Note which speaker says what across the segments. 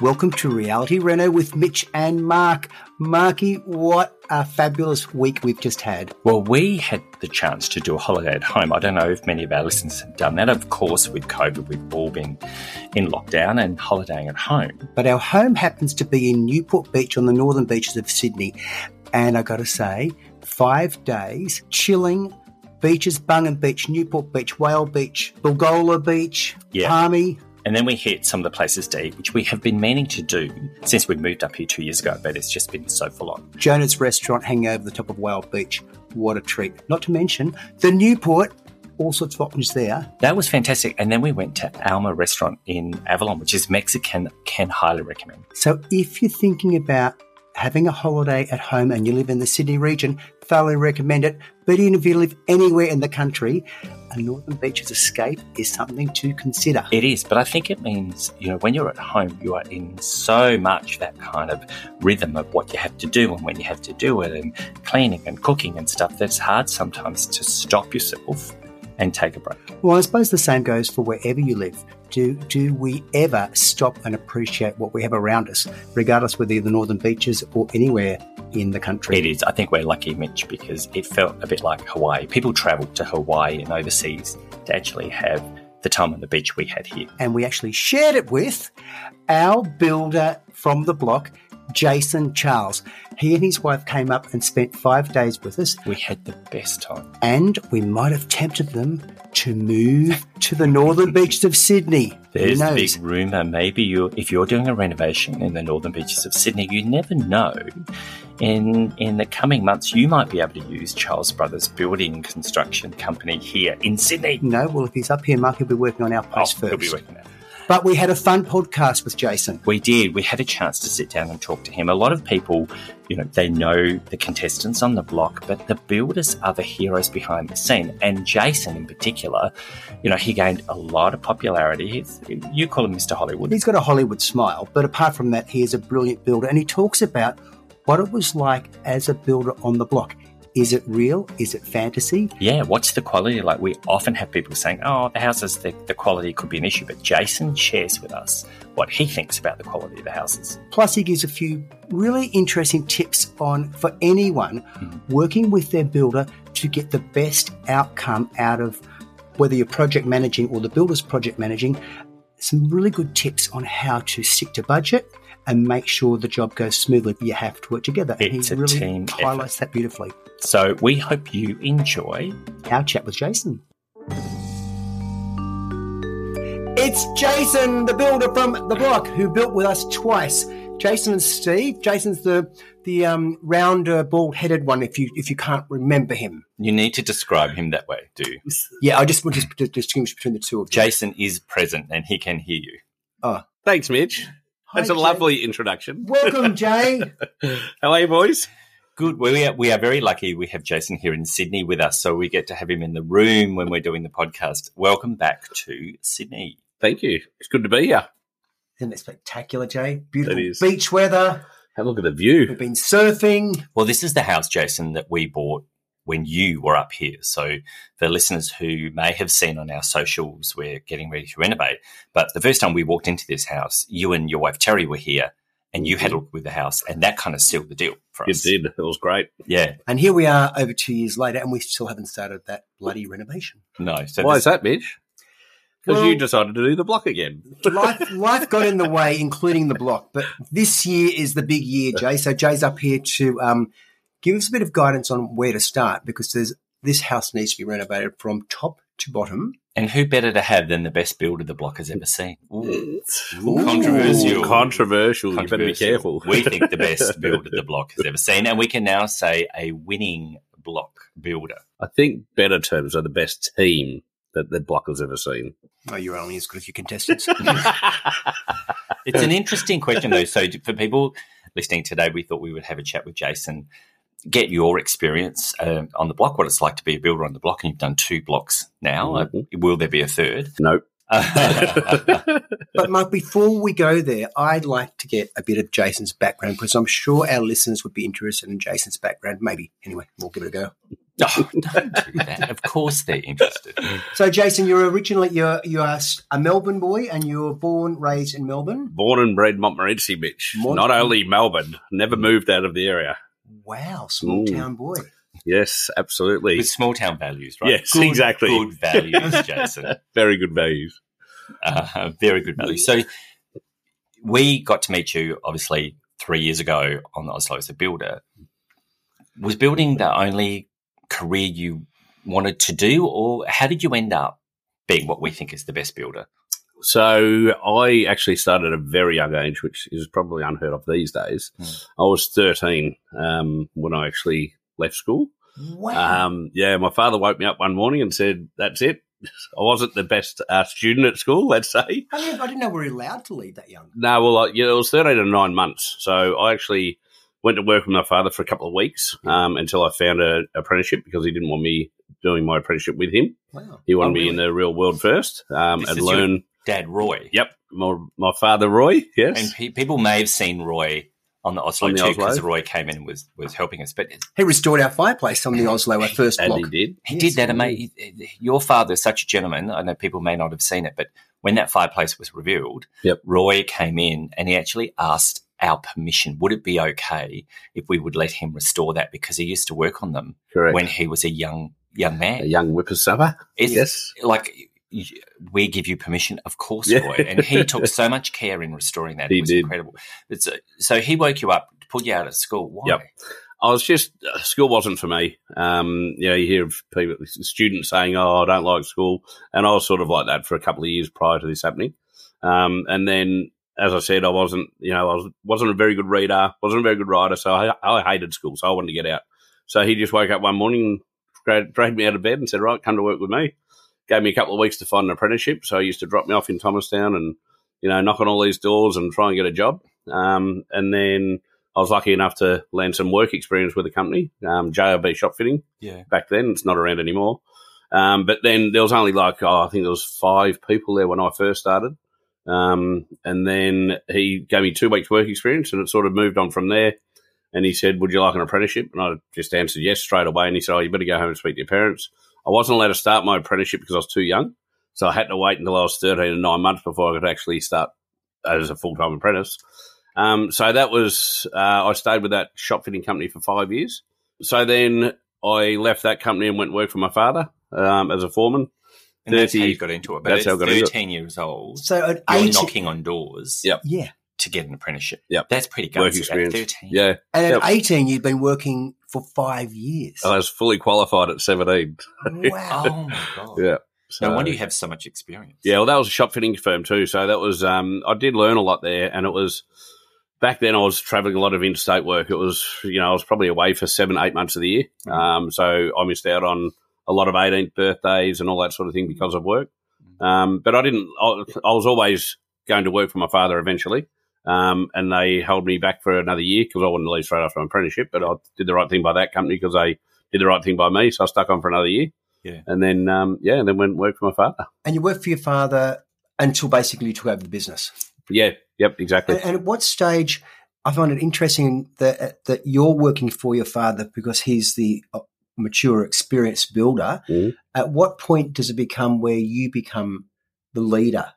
Speaker 1: Welcome to Reality Reno with Mitch and Mark. Marky, what a fabulous week we've just had.
Speaker 2: Well, we had the chance to do a holiday at home. I don't know if many of our listeners have done that. Of course, with COVID, we've all been in lockdown and holidaying at home.
Speaker 1: But our home happens to be in Newport Beach on the northern beaches of Sydney. And I gotta say, five days chilling beaches, Bungan Beach, Newport Beach, Whale Beach, Bulgola Beach,
Speaker 2: Yeah.
Speaker 1: Palmy.
Speaker 2: And then we hit some of the places deep, which we have been meaning to do since we moved up here two years ago, but it's just been so full on.
Speaker 1: Jonah's restaurant hanging over the top of Whale Beach. What a treat. Not to mention the Newport, all sorts of options there.
Speaker 2: That was fantastic. And then we went to Alma Restaurant in Avalon, which is Mexican, can highly recommend.
Speaker 1: So if you're thinking about having a holiday at home and you live in the Sydney region, thoroughly recommend it. But even if you live anywhere in the country, a Northern Beaches escape is something to consider.
Speaker 2: It is, but I think it means, you know, when you're at home, you are in so much that kind of rhythm of what you have to do and when you have to do it and cleaning and cooking and stuff that it's hard sometimes to stop yourself and take a break.
Speaker 1: Well, I suppose the same goes for wherever you live. Do, do we ever stop and appreciate what we have around us, regardless whether you're the Northern Beaches or anywhere in the country?
Speaker 2: It is. I think we're lucky, Mitch, because it felt a bit like Hawaii. People travel to Hawaii and overseas to actually have the time on the beach we had here.
Speaker 1: and we actually shared it with our builder from the block, Jason Charles. He and his wife came up and spent five days with us,
Speaker 2: We had the best time.
Speaker 1: and we might have tempted them to move to the northern beaches of Sydney.
Speaker 2: There's
Speaker 1: Who
Speaker 2: a
Speaker 1: knows?
Speaker 2: big rumor. Maybe you, if you're doing a renovation in the northern beaches of Sydney, you never know. In in the coming months, you might be able to use Charles Brothers Building Construction Company here in Sydney.
Speaker 1: No, well, if he's up here, Mark, he'll be working on our post
Speaker 2: Oh, he'll be
Speaker 1: first.
Speaker 2: working there.
Speaker 1: But we had a fun podcast with Jason.
Speaker 2: We did. We had a chance to sit down and talk to him. A lot of people, you know, they know the contestants on the block, but the builders are the heroes behind the scene. And Jason, in particular, you know, he gained a lot of popularity. He's, you call him Mr. Hollywood.
Speaker 1: He's got a Hollywood smile, but apart from that, he is a brilliant builder and he talks about what it was like as a builder on the block. Is it real? Is it fantasy?
Speaker 2: Yeah, what's the quality like? We often have people saying, oh, the houses, the, the quality could be an issue. But Jason shares with us what he thinks about the quality of the houses.
Speaker 1: Plus, he gives a few really interesting tips on for anyone
Speaker 2: Hmm.
Speaker 1: working with their builder to get the best outcome out of whether you're project managing or the builder's project managing. Some really good tips on how to stick to budget and make sure the job goes smoothly. You have to work together. And
Speaker 2: It's
Speaker 1: he
Speaker 2: a
Speaker 1: really
Speaker 2: team
Speaker 1: highlights that beautifully.
Speaker 2: So we hope you enjoy.
Speaker 1: Our chat with Jason. It's Jason, the builder from the block, who built with us twice. Jason and Steve. Jason's the the um, rounder, bald-headed one. If you if you can't remember him,
Speaker 3: You need to describe him that way, do you?
Speaker 1: yeah, I just want to dis- dis- distinguish between the two of them.
Speaker 3: Jason is present and he can hear you.
Speaker 4: Thanks, Mitch. That's
Speaker 1: Hi,
Speaker 4: a
Speaker 1: Jay.
Speaker 4: lovely introduction.
Speaker 1: Welcome, Jay.
Speaker 4: How are you, boys?
Speaker 3: Good. Well, we are, we are very lucky we have Jason here in Sydney with us, so we get to have him in the room when we're doing the podcast. Welcome back to Sydney.
Speaker 4: Thank you. It's good to be here.
Speaker 1: Isn't it spectacular, Jay? Beautiful
Speaker 4: That is.
Speaker 1: beach weather.
Speaker 4: Have a look at the
Speaker 1: We've
Speaker 4: view.
Speaker 1: been surfing.
Speaker 3: Well, this is the house, Jason, that we bought when you were up here. So, for listeners who may have seen on our socials, we're getting ready to renovate. But the first time we walked into this house, you and your wife Terry were here, and you had a look with the house, and that kind of sealed the deal for
Speaker 4: You
Speaker 3: us.
Speaker 4: did. It was great.
Speaker 3: Yeah.
Speaker 1: And here we are over two years later, and we still haven't started that bloody renovation.
Speaker 3: No. So
Speaker 4: Why
Speaker 3: this-
Speaker 4: is that, Mitch? Because
Speaker 1: Well-
Speaker 4: you decided to do the block again.
Speaker 1: life, life got in the way, including the block. But this year is the big year, Jay. So Jay's up here to um, give us a bit of guidance on where to start because there's this house needs to be renovated from top to bottom.
Speaker 3: And who better to have than the best builder the block has ever seen? Ooh. Controversial.
Speaker 4: Controversial. Controversial. You better be
Speaker 3: Controversial.
Speaker 4: careful.
Speaker 3: we think the best builder the block has ever seen, and we can now say a winning block builder.
Speaker 4: I think better terms are the best team that the block has ever seen.
Speaker 1: Oh, you're only as good as your contestants.
Speaker 2: It's an interesting question, though. So, for people listening today, we thought we would have a chat with Jason, get your experience um, on the block, what it's like to be a builder on the block, and you've done two blocks now. Uh, Will there be a third?
Speaker 4: Mm-hmm. Nope.
Speaker 1: but Mark, before we go there, I'd like to get a bit of Jason's background because I'm sure our listeners would be interested in Jason's background. Maybe anyway, we'll give it a go.
Speaker 2: oh, don't do that. Of course, they're interested.
Speaker 1: So, Jason, you're originally you're you are s- a Melbourne boy, and you were born raised in Melbourne.
Speaker 4: Born and bred Montmorency, Mitch.
Speaker 1: Mon-
Speaker 4: Not only Melbourne, never moved out of the area.
Speaker 1: Wow, small
Speaker 4: Ooh.
Speaker 1: town boy.
Speaker 4: Yes, absolutely.
Speaker 2: With small town values, right?
Speaker 4: Yes, exactly.
Speaker 2: Good values, Jason.
Speaker 4: Very good values.
Speaker 2: Uh, very good value. So we got to meet you obviously three years ago on Oslo as a builder. Was building the only career you wanted to do, or how did you end up being what we think is the best builder?
Speaker 4: So I actually started at a very young age, which is probably unheard of these days.
Speaker 2: Mm.
Speaker 4: I was 13 um, when I actually left school.
Speaker 1: Wow.
Speaker 4: Um, yeah, my father woke me up one morning and said, "That's it." I wasn't the best uh, student at school, let's say.
Speaker 1: I, didn't, I didn't know we were allowed to leave that young.
Speaker 4: No, well, I, yeah, it was 13 and nine months. So I actually went to work with my father for a couple of weeks um, until I found an apprenticeship because he didn't want me doing my apprenticeship with him.
Speaker 1: Wow.
Speaker 4: He wanted
Speaker 2: Oh,
Speaker 4: me in the real world first um,
Speaker 2: This
Speaker 4: and
Speaker 2: is your-
Speaker 4: learn.
Speaker 2: Dad Roy.
Speaker 4: Yep, my, my father, Roy. Yes.
Speaker 2: And pe- people may have seen Roy on the Oslo
Speaker 4: On the
Speaker 2: too, because
Speaker 4: Oslo.
Speaker 2: Roy came in and was, was helping us. But
Speaker 1: He restored our fireplace on the Oslo, our first
Speaker 4: and
Speaker 1: block.
Speaker 4: he did.
Speaker 2: He
Speaker 1: Yes,
Speaker 2: did that. and
Speaker 1: indeed.
Speaker 2: mate, your father is such a gentleman. I know people may not have seen it, but when that fireplace was revealed,
Speaker 4: Yep.
Speaker 2: Roy came in and he actually asked our permission. Would it be okay if we would let him restore that? Because he used to work on them
Speaker 4: Correct.
Speaker 2: when he was a young young
Speaker 4: a
Speaker 2: man.
Speaker 4: young whippersnapper.
Speaker 2: It's
Speaker 4: yes.
Speaker 2: like y- we give you permission, of course,
Speaker 4: Yeah.
Speaker 2: Roy. And he took so much care in restoring that.
Speaker 4: He
Speaker 2: it was
Speaker 4: did.
Speaker 2: incredible. It's uh so he woke you up, pulled you out of school. Why?
Speaker 4: Yep. I was just uh, school wasn't for me. Um, you know, you hear of people, students saying, "Oh, I don't like school," and I was sort of like that for a couple of years prior to this happening. Um, and then, as I said, I wasn't, you know, I was, wasn't a very good reader, wasn't a very good writer, so I, I hated school, so I wanted to get out. So he just woke up one morning, dragged, dragged me out of bed, and said, "Right, come to work with me." Gave me a couple of weeks to find an apprenticeship, so he used to drop me off in Thomastown and, you know, knock on all these doors and try and get a job. Um, and then. I was lucky enough to land some work experience with a company, um, JRB Shop Fitting.
Speaker 2: Yeah.
Speaker 4: Back then, it's not around anymore. Um, but then there was only like oh, I think there was five people there when I first started, um, and then he gave me two weeks work experience, and it sort of moved on from there. And he said, "Would you like an apprenticeship?" And I just answered yes straight away. And he said, "Oh, you better go home and speak to your parents." I wasn't allowed to start my apprenticeship because I was too young, so I had to wait until I was thirteen and nine months before I could actually start as a full time apprentice. Um, so that was uh, I stayed with that shop fitting company for five years. So then I left that company and went to work for my father um, as a foreman.
Speaker 2: And that's how
Speaker 4: 30
Speaker 2: you got into it. But
Speaker 4: that's
Speaker 2: that's
Speaker 4: how
Speaker 2: at
Speaker 4: I got into it.
Speaker 2: 13 years old,
Speaker 1: So at
Speaker 2: you're
Speaker 1: 18,
Speaker 2: knocking on doors.
Speaker 4: Yep.
Speaker 1: yeah,
Speaker 2: to get an apprenticeship.
Speaker 4: Yep.
Speaker 2: That's pretty
Speaker 4: Work
Speaker 2: gutsy at
Speaker 4: experience.
Speaker 2: 13.
Speaker 4: Yeah,
Speaker 1: and at
Speaker 4: Yep.
Speaker 1: 18, you'd been working for five years.
Speaker 4: I was fully qualified at seventeen.
Speaker 1: wow.
Speaker 2: Oh my god.
Speaker 4: Yeah.
Speaker 2: No
Speaker 4: So-
Speaker 2: wonder you have so much experience.
Speaker 4: Yeah, well, that was a shop fitting firm too. So that was, um, I did learn a lot there. And it was back then I was traveling a lot of interstate work. It was, you know, I was probably away for seven, eight months of the year. Um, so I missed out on a lot of 18th birthdays and all that sort of thing because of work. Um, but I didn't, I, I was always going to work for my father eventually. Um, and they held me back for another year because I wanted to leave straight after my apprenticeship. But I did the right thing by that company because they did the right thing by me. So I stuck on for another year.
Speaker 2: Yeah.
Speaker 4: And then, um, yeah, and then went and worked for my father.
Speaker 1: And you worked for your father until basically you took over the business.
Speaker 4: Yeah. Yep. Exactly.
Speaker 1: And, and at what stage? I find it interesting that that you're working for your father because he's the uh, mature, experienced builder.
Speaker 4: Mhm.
Speaker 1: At what point does it become where you become the leader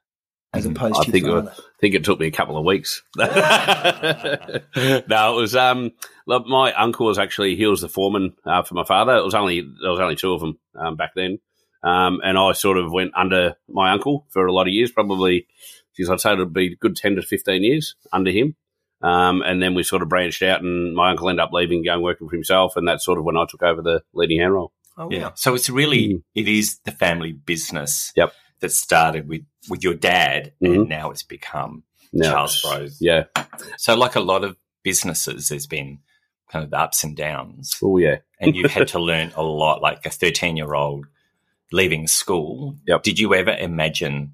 Speaker 1: as
Speaker 2: Mhm.
Speaker 1: opposed
Speaker 4: Mm-hmm. I
Speaker 1: to
Speaker 4: think it
Speaker 1: your
Speaker 4: was-
Speaker 1: father?
Speaker 4: I think it took me a couple of weeks. no, it was um. Look, my uncle was actually he was the foreman uh, for my father. It was only there was only two of them um, back then, um, and I sort of went under my uncle for a lot of years. Probably, geez, I'd say it'd be a good ten to fifteen years under him. Um, and then we sort of branched out, and my uncle ended up leaving, going working for himself, and that's sort of when I took over the leading hand role.
Speaker 1: Oh,
Speaker 2: Yeah.
Speaker 1: wow.
Speaker 2: So it's really
Speaker 4: Mm.
Speaker 2: it is the family business
Speaker 4: Yep.
Speaker 2: that started with with your dad
Speaker 4: Mhm.
Speaker 2: and now it's become
Speaker 4: Now
Speaker 2: Charles
Speaker 4: it's-
Speaker 2: Rose.
Speaker 4: Yeah.
Speaker 2: So like a lot of businesses there's been kind of the ups and downs
Speaker 4: Oh yeah.
Speaker 2: and you've had to learn a lot like a 13 year old leaving school.
Speaker 4: Yep.
Speaker 2: Did you ever imagine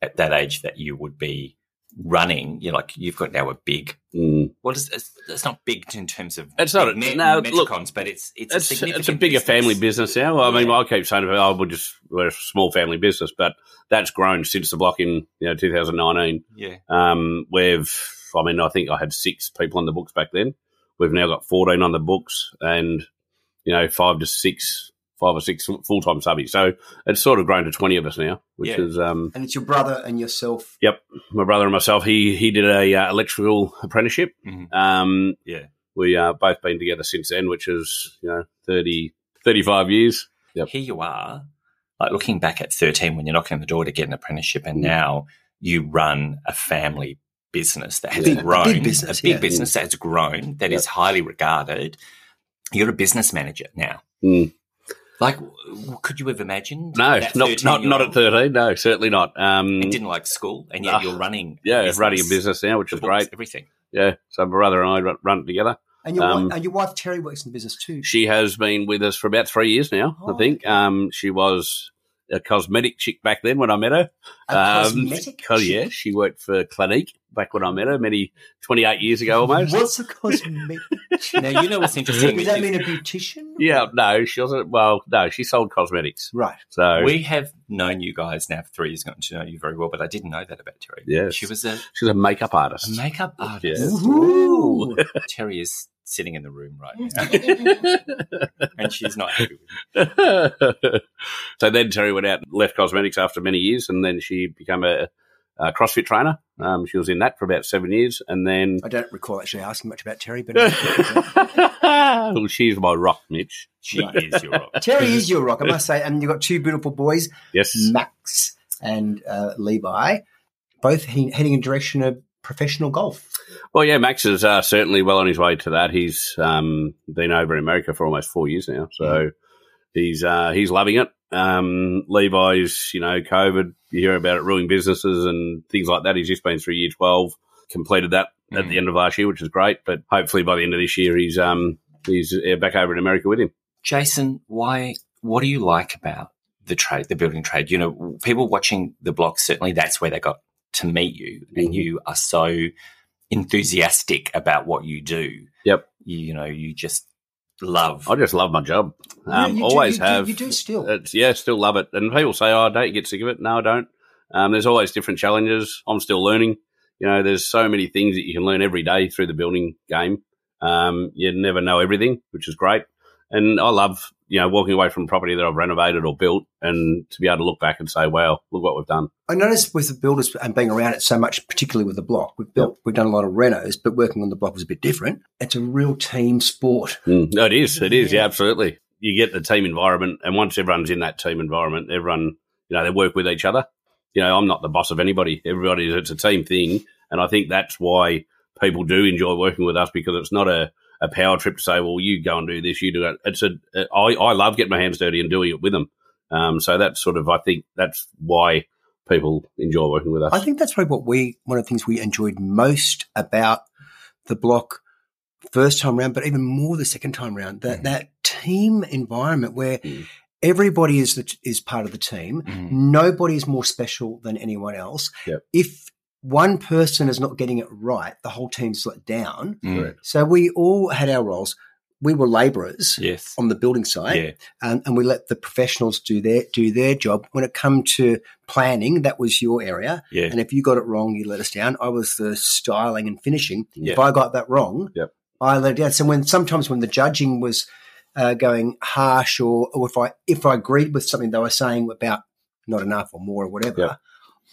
Speaker 2: at that age that you would be running, you're like you've got now a big.
Speaker 4: Mm.
Speaker 2: Well, it's, it's, it's not big in terms of
Speaker 4: It's not a-
Speaker 2: me-
Speaker 4: no,
Speaker 2: metricons,
Speaker 4: look,
Speaker 2: but it's it's,
Speaker 4: It's,
Speaker 2: a
Speaker 4: it's,
Speaker 2: significant
Speaker 4: a bigger
Speaker 2: business.
Speaker 4: family business now. I mean,
Speaker 2: Yeah.
Speaker 4: I keep saying, oh, we're just we're a small family business, but that's grown since the block in you know 2019.
Speaker 2: Yeah,
Speaker 4: Um, we've, I mean, I think I had six people on the books back then. We've now got 14 on the books and, you know, five to six, five or six full time subbies. So it's sort of grown to 20 of us now, which
Speaker 2: Yeah.
Speaker 4: is, um,
Speaker 1: And it's your brother and yourself.
Speaker 4: my brother and myself, he, he did a uh, electrical apprenticeship.
Speaker 2: Mhm.
Speaker 4: Um,
Speaker 2: Yeah.
Speaker 4: We uh, both been together since then, which is, you know, 30, 35 years. Yep.
Speaker 2: here you are, like looking back at 13 when you're knocking on the door to get an apprenticeship,
Speaker 4: Mm.
Speaker 2: and now you run a family business that has
Speaker 4: Big-
Speaker 2: grown,
Speaker 1: big business,
Speaker 2: a big
Speaker 1: yeah.
Speaker 2: business that has grown, that is
Speaker 4: Yeah.
Speaker 2: highly regarded. You're a business manager now.
Speaker 4: Mm.
Speaker 2: Like, w- could you have imagined?
Speaker 4: No,
Speaker 2: that
Speaker 4: not, not, not at
Speaker 2: 13-year-old
Speaker 4: 13. No, certainly not. Um,
Speaker 2: and didn't like school, and yet
Speaker 4: Ah,
Speaker 2: you're running.
Speaker 4: yeah, running a business now, which
Speaker 2: the
Speaker 4: is
Speaker 2: books,
Speaker 4: great.
Speaker 2: Everything.
Speaker 4: Yeah. So my brother and I run, run it together.
Speaker 1: And your,
Speaker 4: Um,
Speaker 1: wife, and your wife Terry works in the business too.
Speaker 4: She has been with us for about three years now,
Speaker 1: Oh,
Speaker 4: I think. Um, she was a cosmetic chick back then when I met her.
Speaker 1: A
Speaker 4: um,
Speaker 1: cosmetic.
Speaker 4: co- yeah, she worked for Clinique back when I met her, many 28 years ago almost.
Speaker 1: What's a cosmetic?
Speaker 2: Now you know what's interesting.
Speaker 1: Does that
Speaker 2: is
Speaker 1: mean a beautician?
Speaker 4: Yeah, no, she wasn't. Well, no, she sold cosmetics.
Speaker 1: Right.
Speaker 4: So
Speaker 2: we have known you guys now for three years, gotten to know you very well, but I didn't know that about Terry.
Speaker 4: Yes.
Speaker 2: she was a
Speaker 4: she's a makeup artist.
Speaker 2: makeup artist.
Speaker 4: Yes.
Speaker 1: Ooh.
Speaker 2: Terry is sitting in the room right now, and she's not happy. With you.
Speaker 4: so then Terry went out and left cosmetics after many years, and then she became a, a CrossFit trainer. Um, she was in that for about seven years, and then
Speaker 1: I don't recall actually asking much about Terry, but
Speaker 4: well, she's my rock, Mitch.
Speaker 2: She is your rock.
Speaker 1: Terry is your rock, I must say. And you've got two beautiful boys,
Speaker 4: Yes.
Speaker 1: Max and uh, Levi, both he- heading in direction of professional golf.
Speaker 4: Well, yeah, Max is uh, certainly well on his way to that. He's um, been over in America for almost four years now, so he's uh, he's loving it. Um, Levi's, you know, COVID. You hear about it ruining businesses and things like that. He's just been through year twelve, completed that at
Speaker 2: Mm.
Speaker 4: the end of last year, which is great. But hopefully by the end of this year, he's um, he's uh, back over in America with him.
Speaker 2: Jason, why? What do you like about the trade, the building trade? You know, people watching the blog certainly that's where they got to meet you,
Speaker 4: Mhm.
Speaker 2: and you are so enthusiastic about what you do.
Speaker 4: Yep.
Speaker 2: You, you know, you just love.
Speaker 4: I just love my job. Um,
Speaker 1: You- you do-
Speaker 4: always
Speaker 1: you do-
Speaker 4: have.
Speaker 1: you do still.
Speaker 4: It's, yeah, still love it. And people say, "Oh, don't you get sick of it?" No, I don't. Um, there's always different challenges. I'm still learning. You know, there's so many things that you can learn every day through the building game. Um, you never know everything, which is great. And I love, you know, walking away from property that I've renovated or built, and to be able to look back and say, "Wow, look what we've done."
Speaker 1: I noticed with the builders and being around it so much, particularly with the block, we've built, we've done a lot of renos, but working on the block was a bit different. It's a real team sport.
Speaker 4: Mm, no, it is. It is. Yeah. absolutely. You get the team environment, and once everyone's in that team environment, everyone, you know, they work with each other. You know, I'm not the boss of anybody. Everybody, it's a team thing, and I think that's why people do enjoy working with us because it's not a, a power trip to say, well, you go and do this, you do that. It's a I I love getting my hands dirty and doing it with them. Um, so that's sort of I think that's why people enjoy working with us.
Speaker 1: I think that's probably what we, one of the things we enjoyed most about the block first time round, but even more the second time round, that,
Speaker 2: Mm.
Speaker 1: that team environment where
Speaker 4: Mm.
Speaker 1: everybody is, the, is part of the team.
Speaker 2: Mhm.
Speaker 1: Nobody is more special than anyone else.
Speaker 4: Yep.
Speaker 1: If one person is not getting it right, the whole team's let down.
Speaker 2: Mm.
Speaker 4: Correct.
Speaker 1: So we all had our roles. We were laborers
Speaker 2: Yes.
Speaker 1: on the building site um,
Speaker 2: Yeah.
Speaker 1: and, and we let the professionals do their do their job. When it come to planning, that was your area,
Speaker 2: Yeah.
Speaker 1: and if you got it wrong, you let us down. I was the styling and finishing.
Speaker 4: Yeah.
Speaker 1: If I got that wrong,
Speaker 4: Yep.
Speaker 1: I let it down. So when sometimes when the judging was uh, going harsh, or, or if I if I agreed with something they were saying about not enough or more or whatever,
Speaker 4: Yep.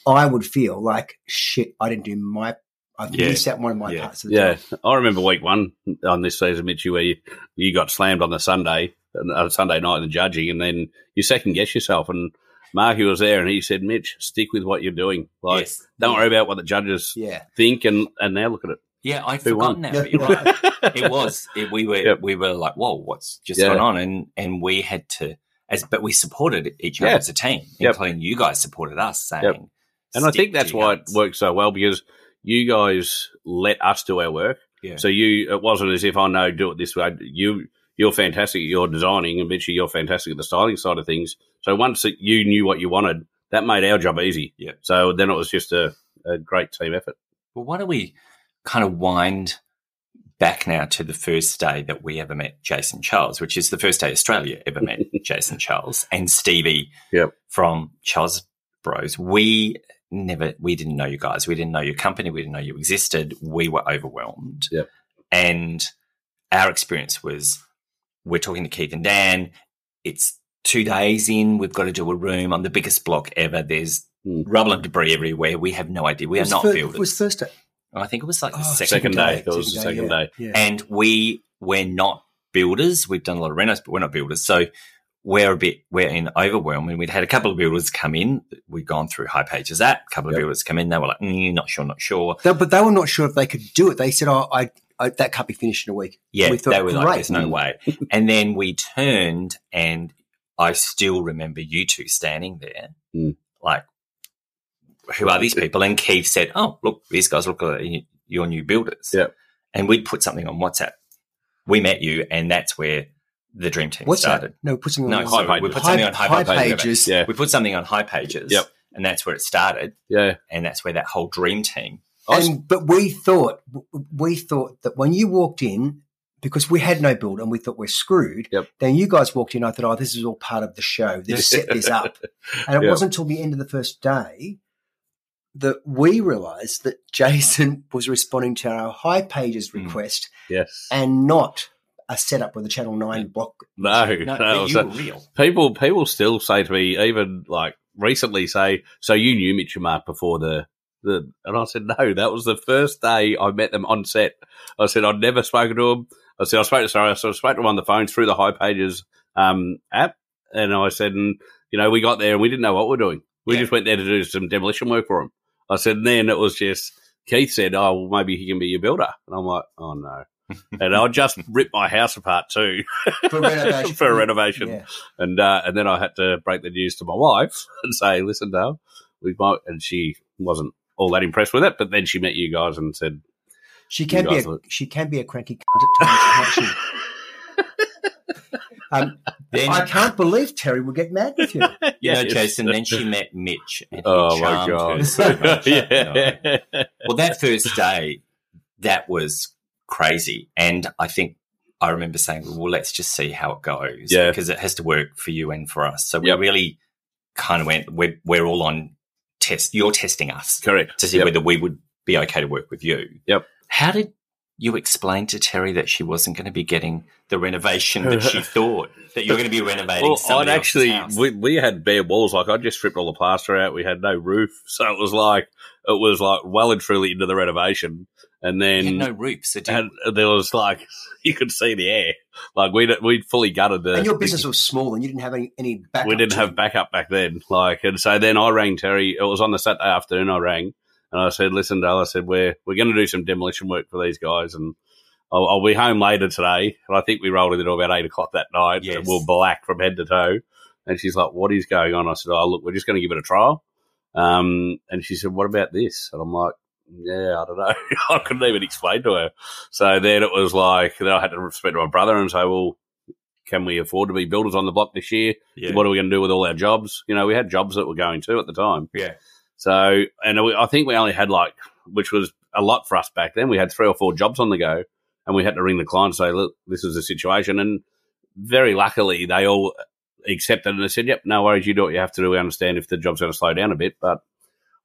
Speaker 1: I would feel like shit. I didn't do my. I
Speaker 2: Yeah.
Speaker 1: missed out one of my
Speaker 2: Yeah.
Speaker 1: parts. Of the
Speaker 4: Yeah,
Speaker 1: job.
Speaker 4: I remember week one on this season, Mitchy, where you, you got slammed on the Sunday, on Sunday night, in the judging, and then you second guess yourself. And Marky was there, and he said, "Mitch, stick with what you're doing. Like,
Speaker 2: yes.
Speaker 4: don't worry about what the judges
Speaker 1: yeah.
Speaker 4: think." And and now look at it.
Speaker 2: Yeah, I'd
Speaker 4: Who
Speaker 2: forgotten
Speaker 4: won?
Speaker 2: that. but you're right. it was. It, we were.
Speaker 4: Yep.
Speaker 2: We were like, "Whoa, what's just
Speaker 4: Yeah.
Speaker 2: gone on?" And and we had to. As but we supported each other
Speaker 4: Yeah.
Speaker 2: as a team,
Speaker 4: Yep.
Speaker 2: including you guys supported us, saying.
Speaker 4: Yep. and I
Speaker 2: "Stick
Speaker 4: think that's
Speaker 2: to your
Speaker 4: why it
Speaker 2: guns."
Speaker 4: works so well because you guys let us do our work.
Speaker 2: Yeah.
Speaker 4: So you, it wasn't as if I know do it this way. You, you're fantastic at your designing, and Mitchy, you're fantastic at the styling side of things. So once that you knew what you wanted, that made our job easy.
Speaker 2: Yeah.
Speaker 4: So then it was just a, a great team effort.
Speaker 2: Well, why don't we kind of wind back now to the first day that we ever met Jason Charles, which is the first day Australia ever met Jason Charles and Stevie
Speaker 4: Yep.
Speaker 2: from Charles Bros. We never, we didn't know you guys. We didn't know your company. We didn't know you existed. We were overwhelmed.
Speaker 4: Yep.
Speaker 2: And our experience was we're talking to Keith and Dan. It's two days in. We've got to do a room on the biggest block ever. There's
Speaker 4: Mm.
Speaker 2: rubble and debris everywhere. We have no idea. We are
Speaker 1: was
Speaker 2: not
Speaker 1: fir-
Speaker 2: builders.
Speaker 1: was Thursday.
Speaker 2: I think it was like the
Speaker 1: Oh,
Speaker 2: second,
Speaker 4: Second
Speaker 2: day.
Speaker 4: day. That was the second day.
Speaker 1: Yeah. yeah.
Speaker 2: And we we're not builders. We've done a lot of renos, but we're not builders. So we're a bit we're in overwhelm. And we'd had a couple of builders come in. We'd gone through high pages that a couple of builders come in. They were like, mm, not sure, not sure.
Speaker 1: They- but they were not sure if they could do it. They said, "Oh, I, I that can't be finished in a week."
Speaker 2: Yeah,
Speaker 1: We thought,
Speaker 2: they were like,
Speaker 1: "Great."
Speaker 2: there's no way. and then we turned, and I still remember you two standing there,
Speaker 4: Mm.
Speaker 2: like, who are these people? And Keith said, "Oh, look, these guys look like your new builders."
Speaker 4: Yep.
Speaker 2: And we'd put something on WhatsApp. We met you, and that's where the dream team
Speaker 1: What's
Speaker 2: started.
Speaker 1: that? No, put something
Speaker 2: No,
Speaker 1: on
Speaker 2: sorry, we
Speaker 4: Pages.
Speaker 2: put something on high,
Speaker 1: High
Speaker 2: pages.
Speaker 1: Pages.
Speaker 4: Yeah.
Speaker 2: We put something on high pages.
Speaker 4: Yep.
Speaker 2: And that's where it started,
Speaker 4: Yeah.
Speaker 2: and that's where that whole dream team.
Speaker 1: And, but we thought we thought that when you walked in, because we had no build and we thought we're screwed.
Speaker 4: Yep.
Speaker 1: Then you guys walked in. I thought, oh, this is all part of the show. They just set this up. And it
Speaker 4: Yeah.
Speaker 1: wasn't until the end of the first day that we realised that Jason was responding to our high
Speaker 4: Hmm.
Speaker 1: pages
Speaker 2: Mm.
Speaker 1: request
Speaker 4: Yes.
Speaker 1: and not a setup with a Channel Nine
Speaker 4: Hmm.
Speaker 1: block.
Speaker 4: no,
Speaker 2: No,
Speaker 4: no,
Speaker 2: but
Speaker 4: was
Speaker 2: you
Speaker 4: a-
Speaker 2: were real.
Speaker 4: people people still say to me, even like recently, say, "So you knew Mitch and Mark before the the?" And I said, "No, that was the first day I met them on set." I said, "I'd never spoken to them." I said, "I spoke to sorry, I sort of spoke to them on the phone through the High Pages um, app," and I said, "And you know, we got there and we didn't know what we we're doing. We
Speaker 2: Yeah.
Speaker 4: just went there to do some demolition work for them." I said, and "Then it was just." Keith said, "Oh, well, maybe he can be your builder," and I'm like, "Oh no!" and I just ripped my house apart too
Speaker 1: For renovation.
Speaker 4: for a renovation.
Speaker 1: Yeah.
Speaker 4: And uh, and then I had to break the news to my wife and say, "Listen, Dale, we might." And she wasn't all that impressed with it. But then she met you guys and said,
Speaker 1: She can be
Speaker 4: guys
Speaker 1: a,
Speaker 4: look-
Speaker 1: she can be a cranky cunt at times, can't she? Um,
Speaker 2: Then
Speaker 1: I can't believe Terry will get mad with you.
Speaker 2: You know,
Speaker 4: Yes.
Speaker 2: Jason, then she met Mitch. And he
Speaker 4: "Oh my
Speaker 2: charmed her
Speaker 4: god,
Speaker 2: so much.
Speaker 4: yeah,
Speaker 2: Well, that first day, that was crazy. And I think I remember saying, well, let's just see how it goes.
Speaker 4: Yeah.
Speaker 2: Because it has to work for you and for us. So we
Speaker 4: Yep.
Speaker 2: really kind of went, we're, we're all on test. You're testing us
Speaker 4: correct."
Speaker 2: to see
Speaker 4: Yep.
Speaker 2: whether we would be okay to work with you.
Speaker 4: Yep.
Speaker 2: How did you explain to Terry that she wasn't going to be getting the renovation that she thought that you're going to be renovating?
Speaker 4: Well, I'd
Speaker 2: somebody else's
Speaker 4: actually
Speaker 2: house?
Speaker 4: we, we had bare walls. Like I just stripped all the plaster out. We had no roof, so it was like it was like well and truly into the renovation. And
Speaker 2: You
Speaker 4: then
Speaker 2: had no roof, so did,
Speaker 4: and there was like you could see the air. Like we we fully gutted the
Speaker 1: And your
Speaker 4: the-
Speaker 1: business was small, and you didn't have any any backup.
Speaker 4: we didn't
Speaker 1: to
Speaker 4: have
Speaker 1: it.
Speaker 4: backup back then. Like, and so then I rang Terry. It was on the Saturday afternoon. I rang and I said, "Listen, Dale. I said we're we're going to do some demolition work for these guys, and I'll, I'll be home later today." And I think we rolled into about eight o'clock that night.
Speaker 2: Yes.
Speaker 4: And we're black from head to toe. And she's like, "What is going on?" I said, "Oh, look, we're just going to give it a trial." Um, and she said, "What about this?" And I'm like. Yeah, I don't know. I couldn't even explain to her. So then it was like, then I had to speak to my brother and say, well, can we afford to be builders on the block this year?
Speaker 2: Yeah.
Speaker 4: What are we going to do with all our jobs? You know, we had jobs that were going to at the time.
Speaker 2: Yeah.
Speaker 4: So, and we, I think we only had like, which was a lot for us back then. We had three or four jobs on the go, and we had to ring the client and say, "Look, this is the situation." And very luckily, they all accepted and they said, "Yep, no worries. You do what you have to do. We understand if the job's going to slow down a bit, but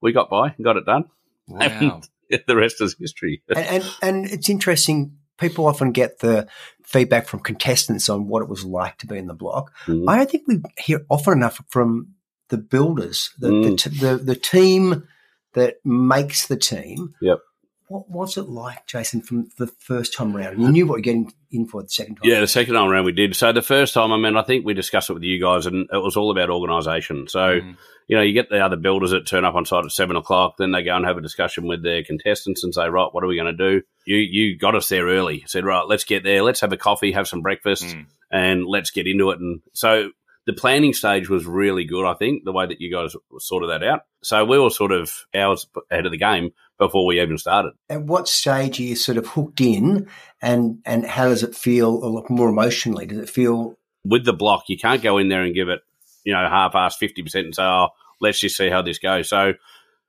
Speaker 4: we got by and got it done.
Speaker 2: wow.
Speaker 4: the rest is history."
Speaker 1: And, and and it's interesting. People often get the feedback from contestants on what it was like to be in the block.
Speaker 4: Mhm.
Speaker 1: I don't think we hear often enough from the builders, the the,
Speaker 4: Mm.
Speaker 1: t- the the team that makes the team.
Speaker 4: Yep.
Speaker 1: What was it like, Jason, from the first time round? You knew what you're getting in for the second time.
Speaker 4: Yeah, the second time around we did. So the first time, I mean, I think we discussed it with you guys, and it was all about organisation. So.
Speaker 2: Mm.
Speaker 4: you know, you get the other builders that turn up on site at seven o'clock, then they go and have a discussion with their contestants and say, right, what are we going to do? You you got us there early. Said, right, let's get there, let's have a coffee, have some breakfast,
Speaker 2: Mm.
Speaker 4: and let's get into it. And so the planning stage was really good, I think, the way that you guys sorted that out. So we were sort of hours ahead of the game before we even started.
Speaker 1: At what stage are you sort of hooked in, and and how does it feel? A lot more emotionally, does it feel
Speaker 4: with the block, you can't go in there and give it, you know, half ass fifty percent and say, "Oh, let's just see how this goes. So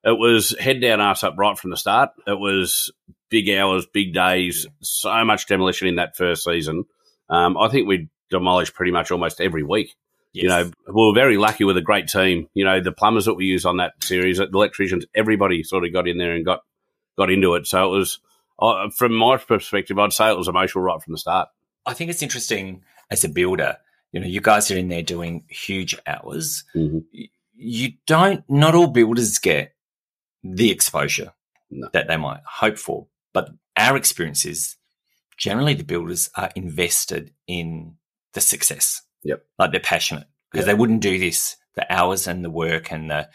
Speaker 4: it was head down, ass up right from the start. It was big hours, big days, so much demolition in that first season. Um, I think we demolished pretty much almost every week.
Speaker 2: Yes.
Speaker 4: You know, we were very lucky with a great team. You know, the plumbers that we used on that series, the electricians, everybody sort of got in there and got got into it. So it was, uh, from my perspective, I'd say it was emotional right from the start.
Speaker 2: I think it's interesting as a builder. You know, you guys are in there doing huge hours.
Speaker 4: Mm-hmm.
Speaker 2: You don't. Not all builders get the exposure
Speaker 4: No.
Speaker 2: that they might hope for, but our experience is generally the builders are invested in the success.
Speaker 4: Yep.
Speaker 2: like they're passionate because
Speaker 4: Yeah.
Speaker 2: they wouldn't do this. The hours and the work and the,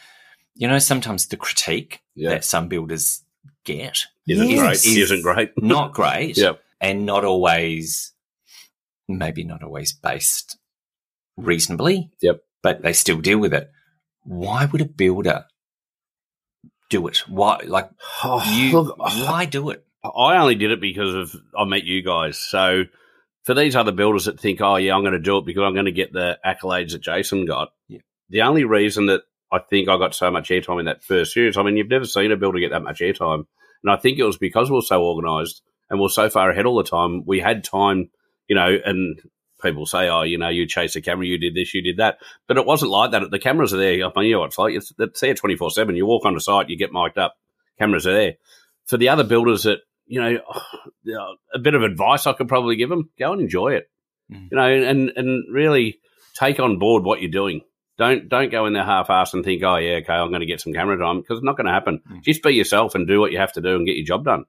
Speaker 2: you know, sometimes the critique
Speaker 4: Yeah.
Speaker 2: that some builders get
Speaker 4: Isn't
Speaker 1: Yes.
Speaker 4: great.
Speaker 2: Is-
Speaker 4: Isn't great.
Speaker 2: not great
Speaker 4: Yep.
Speaker 2: and not always maybe not always based reasonably
Speaker 4: Yep.
Speaker 2: but they still deal with it why would a builder do it why like you
Speaker 4: Oh, Look,
Speaker 2: why do it
Speaker 4: I only did it because of I met you guys. So for these other builders that think, oh yeah, I'm going to do it because I'm going to get the accolades that Jason got.
Speaker 2: Yeah.
Speaker 4: The only reason that I think I got so much airtime in that first series, I mean, you've never seen a builder get that much airtime, and I think it was because we were so organised and we are so far ahead all the time. We had time, you know, and people say, oh, you know, you chased the camera, you did this, you did that, but it wasn't like that. The cameras are there. I mean, you know what it's like. It's, it's there twenty four seven. You walk on the site, you get mic'd up. Cameras are there. For the other builders that you know, a bit of advice I could probably give them: go and enjoy it,
Speaker 2: Mm.
Speaker 4: you know, and and really take on board what you're doing. Don't don't go in there half-assed and think, oh yeah, okay, I'm going to get some camera time because it's not going to happen.
Speaker 2: Mm.
Speaker 4: Just be yourself and do what you have to do and get your job done.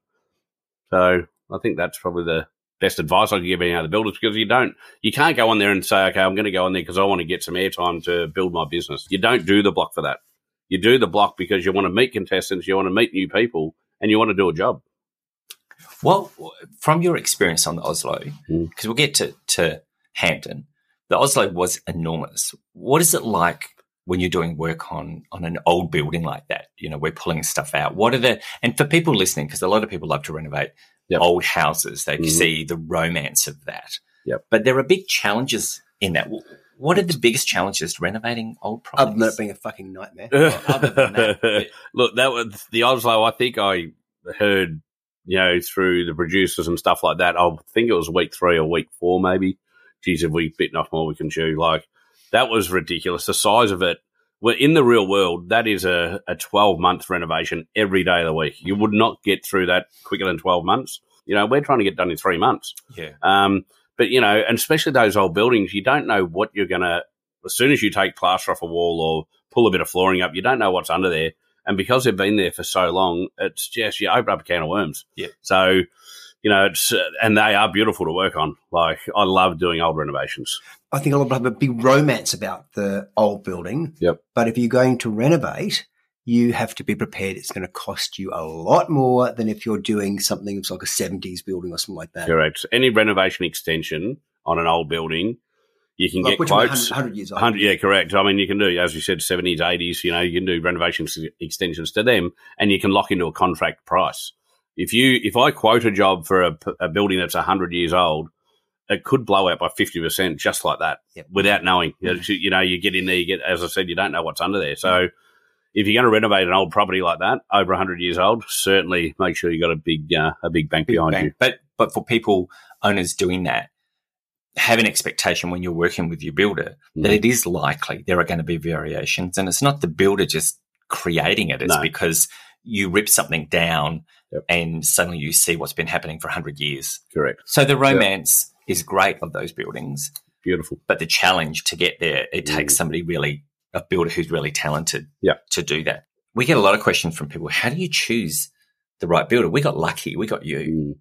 Speaker 4: So I think that's probably the best advice I could give any other builders because you don't you can't go on there and say, okay, I'm going to go on there because I want to get some airtime to build my business. You don't do the block for that. You do the block because you want to meet contestants, you want to meet new people, and you want to do a job.
Speaker 2: well from your experience on the oslo
Speaker 4: Mm.
Speaker 2: because we'll get to, to hampton the oslo was enormous what is it like when you're doing work on on an old building like that you know we're pulling stuff out what are the and for people listening because a lot of people love to renovate
Speaker 4: Yep.
Speaker 2: old houses they
Speaker 4: Mhm.
Speaker 2: see the romance of that
Speaker 4: Yep.
Speaker 2: but there are big challenges in that W- what are the biggest challenges to renovating old
Speaker 1: Other than
Speaker 2: properties
Speaker 1: it being a fucking nightmare.
Speaker 2: other than that-
Speaker 4: Look, that was the Oslo. I think I heard, you know, through the producers and stuff like that. I think it was week three or week four, maybe. Geez, if we've bitten off more, we can chew. Like that was ridiculous. The size of it. Well, in the real world, that is a, a 12 month renovation every day of the week. You would not get through that quicker than 12 months. You know, we're trying to get done in three months.
Speaker 2: yeah
Speaker 4: Um, but you know, and especially those old buildings, you don't know what you're gonna. As soon as you take plaster off a wall or pull a bit of flooring up, you don't know what's under there. And because they've been there for so long, it's just you open up a can of worms.
Speaker 2: Yeah.
Speaker 4: So, you know, it's uh, and they are beautiful to work on. Like I love doing old renovations.
Speaker 1: I think a lot of people have a big romance about the old building.
Speaker 4: Yep.
Speaker 1: But if you're going to renovate, you have to be prepared. It's going to cost you a lot more than if you're doing something that's like a 70s building or something like that.
Speaker 4: Correct. Any renovation extension on an old building, you can
Speaker 1: Like,
Speaker 4: get
Speaker 1: which
Speaker 4: quotes.
Speaker 1: 100, 100 years old.
Speaker 4: 100, yeah, correct. I mean, you can do, as you said, seventies, eighties. You know, you can do renovations extensions to them, and you can lock into a contract price. If you, if I quote a job for a, p- a building that's hundred years old, it could blow out by fifty percent, just like that,
Speaker 1: Yep.
Speaker 4: without knowing. You know, You, you know, you get in there, you get, as I said, you don't know what's under there. So, if you're going to renovate an old property like that, over hundred years old, certainly make sure you got a big, uh, a big bank behind
Speaker 2: Bang.
Speaker 4: you.
Speaker 2: But but for people owners doing that, have an expectation when you're working with your builder that
Speaker 4: Mm.
Speaker 2: it is likely there are going to be variations, and it's not the builder just creating it. It's
Speaker 4: No.
Speaker 2: because you rip something down
Speaker 4: Yep.
Speaker 2: and suddenly you see what's been happening for hundred years.
Speaker 4: Correct.
Speaker 2: So the romance is great of those buildings,
Speaker 4: Beautiful.
Speaker 2: but the challenge to get there it
Speaker 4: Mm.
Speaker 2: takes somebody really a builder who's really talented
Speaker 4: Yeah.
Speaker 2: to do that. We get a lot of questions from people. How do you choose the right builder? We got lucky. We got you.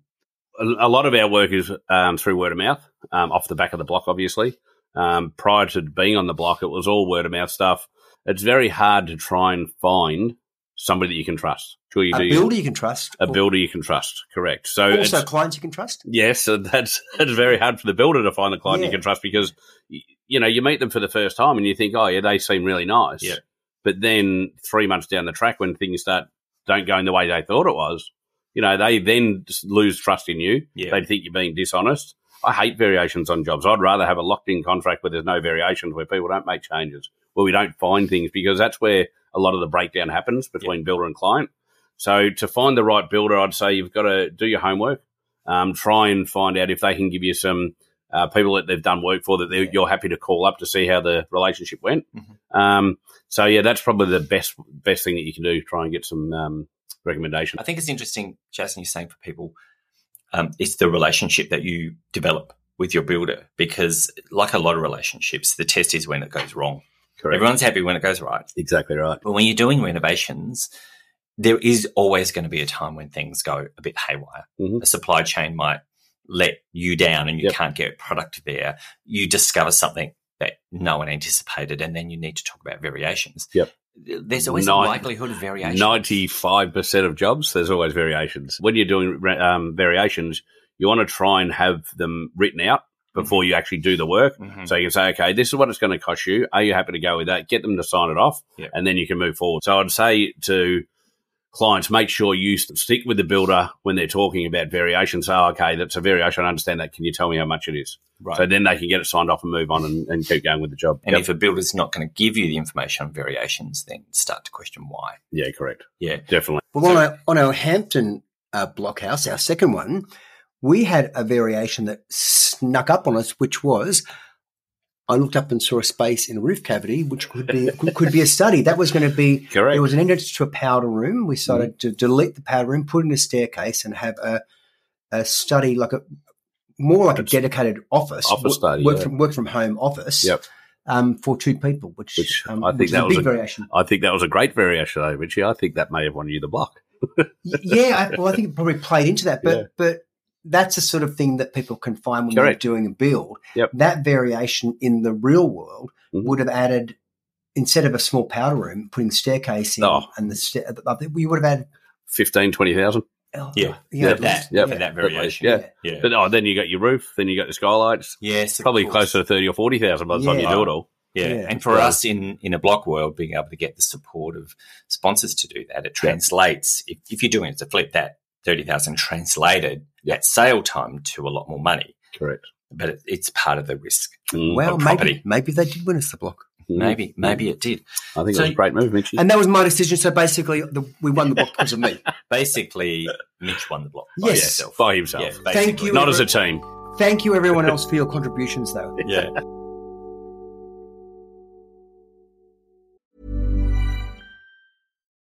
Speaker 4: Mm. A a lot of our work is um, through word of mouth, um, off the back of the block, obviously. Um, prior to being on the block, it was all word of mouth stuff. It's very hard to try and find somebody that you can trust. Sure, you
Speaker 1: A
Speaker 4: do.
Speaker 1: builder you can trust.
Speaker 4: a
Speaker 1: or-
Speaker 4: builder you can trust, correct. So it's-
Speaker 1: Also, clients you can trust.
Speaker 4: Yes, and that's that's very hard for the builder to find the client you
Speaker 1: Yeah.
Speaker 4: can trust because y- you know you meet them for the first time and you think, oh yeah, they seem really nice.
Speaker 2: Yeah.
Speaker 4: But then three months down the track, when things start don't going the way they thought it was, you know they then s- lose trust in you.
Speaker 2: Yeah.
Speaker 4: They think you're being dishonest, I hate variations on jobs. I'd rather have a locked in contract where there's no variations, where people don't make changes, where we don't find things, because that's where a lot of the breakdown happens between builder and client. So to find the right builder, I'd say you've got to do your homework, um, try and find out if they can give you some uh, people that they've done work for that they- you're happy to call up to see how the relationship went. Um, so yeah, that's probably the best best thing that you can do. Try and get some um, recommendations.
Speaker 2: I think it's interesting, Jason, you're saying for people, um, it's the relationship that you develop with your builder because, like a lot of relationships, the test is when it goes wrong.
Speaker 4: Correct.
Speaker 2: Everyone's happy when it goes right.
Speaker 4: exactly right.
Speaker 2: But when you're doing renovations, there is always going to be a time when things go a bit haywire.
Speaker 4: Mhm.
Speaker 2: A supply chain might let you down and you
Speaker 4: Yep.
Speaker 2: can't get product there. You discover something that no one anticipated, and then you need to talk about variations.
Speaker 4: Yep.
Speaker 2: There's always
Speaker 4: Nine-
Speaker 2: a likelihood of variation.
Speaker 4: Ninety-five percent of jobs, there's always variations. When you're doing um, variations, you want to try and have them written out before you actually do the work.
Speaker 2: Mhm.
Speaker 4: So you can say, okay, this is what it's going to cost you. Are you happy to go with that? Get them to sign it off,
Speaker 2: Yeah.
Speaker 4: and then you can move forward. So I'd say to clients, make sure you st- stick with the builder when they're talking about variations. Say, okay, that's a variation. I understand that. Can you tell me how much it is?
Speaker 2: Right.
Speaker 4: So then they can get it signed off and move on and, and keep going with the job.
Speaker 2: and
Speaker 4: Yep.
Speaker 2: if a builder's not going to give you the information on variations, then start to question why.
Speaker 4: yeah, correct.
Speaker 2: Yeah.
Speaker 4: Definitely.
Speaker 1: Well, on our, on our Hampton uh, blockhouse, our second one, we had a variation that snuck up on us, which was I looked up and saw a space in a roof cavity, which could be could, could be a study. That was going to be
Speaker 4: Correct. Mm-hmm.
Speaker 1: There was an entrance to a powder room. We decided to delete the powder room, put in a staircase, and have a a study like a more like a
Speaker 4: It's-
Speaker 1: dedicated office,
Speaker 4: Office
Speaker 1: wo-
Speaker 4: study,
Speaker 1: work
Speaker 4: yeah.
Speaker 1: from work from home office.
Speaker 4: Yep.
Speaker 1: Um, for two people, which,
Speaker 4: Which
Speaker 1: um,
Speaker 4: I think
Speaker 1: which is
Speaker 4: that
Speaker 1: a
Speaker 4: was
Speaker 1: big
Speaker 4: a-
Speaker 1: variation.
Speaker 4: I think that was a great variation, though, Richie. I think that may have won you the block.
Speaker 1: Y- yeah, I, well, I think it probably played into that, but
Speaker 4: Yeah.
Speaker 1: but that's the sort of thing that people can find when
Speaker 4: Correct.
Speaker 1: you're doing a build.
Speaker 4: Yep.
Speaker 1: That variation in the real world
Speaker 4: Mhm.
Speaker 1: would have added instead of a small powder room, putting the staircase in,
Speaker 4: Oh.
Speaker 1: and the sta- I think we would have added
Speaker 4: 15, 20,000.
Speaker 1: oh,
Speaker 2: Yeah.
Speaker 1: yeah,
Speaker 2: For that,
Speaker 4: Yeah.
Speaker 2: for that
Speaker 4: At least,
Speaker 2: variation.
Speaker 4: yeah.
Speaker 2: Yeah.
Speaker 4: But oh, then you got your roof, then you got the skylights.
Speaker 2: yes. of
Speaker 4: Probably
Speaker 2: course.
Speaker 4: closer to 30 or 40,000 by the time you
Speaker 1: Yeah.
Speaker 4: do it all.
Speaker 2: Yeah.
Speaker 1: Yeah.
Speaker 2: And for us in, in a block world, being able to get the support of sponsors to do that, it translates. If, if you're doing it to flip that 30,000 translated at sale time to a lot more money,
Speaker 4: Correct.
Speaker 2: but it, it's part of the risk.
Speaker 4: Mm,
Speaker 1: Well,
Speaker 2: Or
Speaker 1: maybe
Speaker 2: property.
Speaker 1: maybe they did win us the block,
Speaker 4: mm.
Speaker 2: Maybe, maybe it did.
Speaker 4: I think
Speaker 2: So-
Speaker 4: it was a great move, Mitchy.
Speaker 1: and that was my decision. So basically, the, we won the block because of me.
Speaker 2: Basically, Mitch won the block by
Speaker 1: Yes.
Speaker 2: himself.
Speaker 4: By himself.
Speaker 2: Yeah,
Speaker 4: Thank
Speaker 2: basically.
Speaker 1: you.
Speaker 4: Not as a team.
Speaker 1: Thank you, everyone else, for your contributions, though.
Speaker 2: Yeah.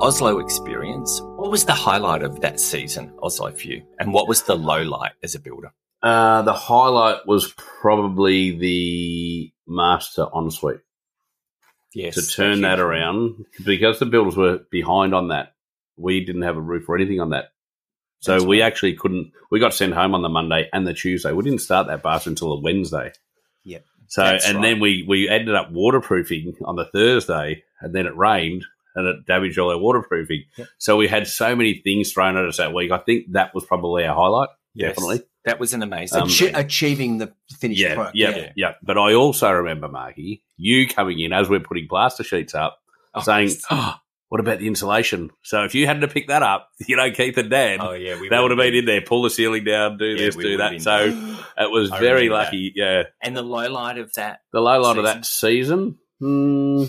Speaker 2: Oslo experience, what was the highlight of that season, Oslo for you? And what was the low light as a builder?
Speaker 4: Uh, the highlight was probably the master ensuite.
Speaker 2: Yes.
Speaker 4: to turn that around because the builders were behind on that. We didn't have a roof or anything on that. So
Speaker 2: That's
Speaker 4: we actually couldn't. We got sent home on the Monday and the Tuesday. We didn't start that bath until the Wednesday.
Speaker 1: Yep.
Speaker 4: So
Speaker 2: That's
Speaker 4: and
Speaker 2: right.
Speaker 4: then we we ended up waterproofing on the Thursday, and then it rained and it damaged all our waterproofing. So we had so many things thrown at us that week. I think that was probably our highlight.
Speaker 2: Yes.
Speaker 4: Definitely.
Speaker 2: That was an amazing.
Speaker 4: Um,
Speaker 1: Achie- achieving the finished
Speaker 4: Yeah,
Speaker 1: product.
Speaker 4: yeah,
Speaker 2: yeah.
Speaker 4: yeah, But I also remember, Marky, you coming in as we're putting plaster sheets up,
Speaker 2: Oh,
Speaker 4: saying,
Speaker 2: yes.
Speaker 4: oh, what about the insulation? So if you hadn't have picked that up, you know, Keith and Dan,
Speaker 2: oh, yeah. We
Speaker 4: they would have been
Speaker 2: in.
Speaker 4: in there, pull the ceiling down, do
Speaker 2: Yeah,
Speaker 4: this,
Speaker 2: we
Speaker 4: do
Speaker 2: would
Speaker 4: that.
Speaker 2: have
Speaker 4: So
Speaker 2: been-
Speaker 4: it was
Speaker 2: I
Speaker 4: very
Speaker 2: remember
Speaker 4: lucky. Yeah.
Speaker 2: And the low light of that,
Speaker 4: The low light of that season, hmm,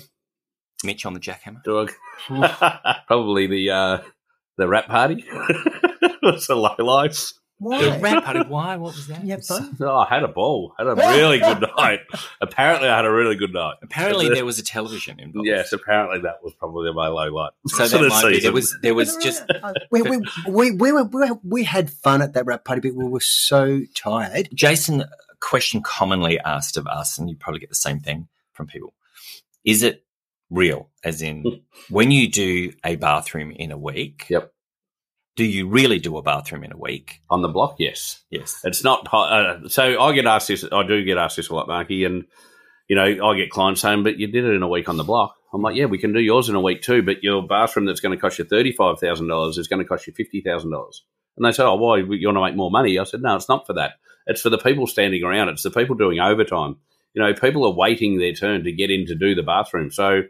Speaker 2: Mitch on the jackhammer.
Speaker 4: do I- probably the uh, the rap party was the low light.
Speaker 2: The
Speaker 1: Why?
Speaker 2: rat party. Why? What was that?
Speaker 1: You had fun?
Speaker 4: So Oh, I had a ball, had a really good night. Apparently, I had a really good night.
Speaker 2: Apparently, there was a television involved.
Speaker 4: Yes, apparently that was probably my low light.
Speaker 2: So
Speaker 4: for
Speaker 2: that
Speaker 4: the
Speaker 2: might be.
Speaker 4: season.
Speaker 2: There was. There was just.
Speaker 1: we, we, we, we, were- we, were- we had fun at that rap party, but we were so tired.
Speaker 2: Jason, a question commonly asked of us, and you probably get the same thing from people: Is it real? As in, when you do a bathroom in a week,
Speaker 4: Yep.
Speaker 2: do you really do a bathroom in a week?
Speaker 4: On the block, yes.
Speaker 2: Yes.
Speaker 4: It's not. Uh, so I get asked this. I do get asked this a lot, Marky, and you know I get clients saying, "But you did it in a week on the block." I'm like, "Yeah, we can do yours in a week too, but your bathroom that's going to cost you thirty five thousand dollars is going to cost you fifty thousand dollars." And they say, "Oh, why? You want to make more money?" I said, "No, it's not for that. It's for the people standing around. It's the people doing overtime. You know, people are waiting their turn to get in to do the bathroom. So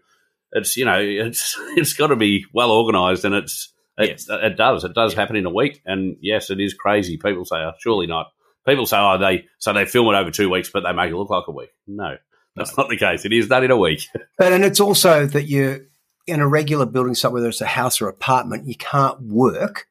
Speaker 4: it's you know it's it's got to be well organised, and it's it,
Speaker 2: Yes.
Speaker 4: it does it does happen in a week. And yes, it is crazy. People say, "Oh, surely not." People say, "Oh, they so they film it over two weeks, but they make it look like a week." No, that's not the case. It is done in a week.
Speaker 1: But and it's also that you're in a regular building site, whether it's a house or apartment, you can't work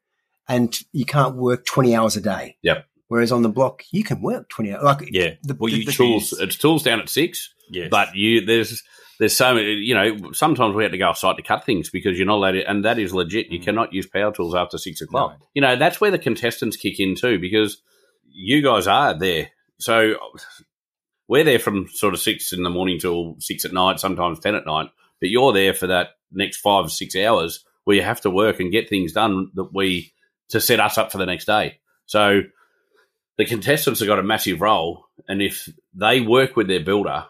Speaker 1: and you can't work twenty hours a day.
Speaker 4: Yep.
Speaker 1: Whereas on the block, you can work twenty hours. Like
Speaker 2: Yeah.
Speaker 1: the,
Speaker 2: Well,
Speaker 1: the-
Speaker 2: you
Speaker 1: the-
Speaker 4: Tools it's tools down at six,
Speaker 2: Yes.
Speaker 4: but you there's there's so many. You know, sometimes we had to go off site to cut things because you're not allowed to, and that is legit. You cannot use power tools after six o'clock. You know, that's where the contestants kick in too because you guys are there. So we're there from sort of six in the morning till six at night, sometimes ten at night. But you're there for that next five or six hours where you have to work and get things done that we to set us up for the next day. So the contestants have got a massive role, and if they work with their builder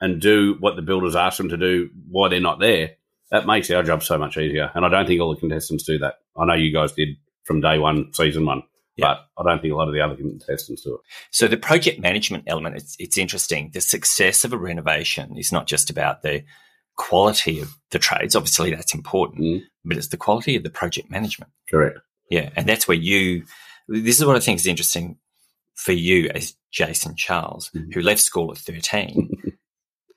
Speaker 4: and do what the builders ask them to do, why they're not there, that makes our job so much easier. And I don't think all the contestants do that. I know you guys did from day one, season one,
Speaker 2: Yeah.
Speaker 4: but I don't think a lot of the other contestants do it.
Speaker 2: So the project management element, it's, it's interesting. The success of a renovation is not just about the quality of the trades. Obviously, that's important,
Speaker 4: Mm.
Speaker 2: but it's the quality of the project management.
Speaker 4: Correct.
Speaker 2: Yeah. And that's where you, this is what I think is interesting for you as Jason Charles,
Speaker 4: Mhm.
Speaker 2: who left school at 13.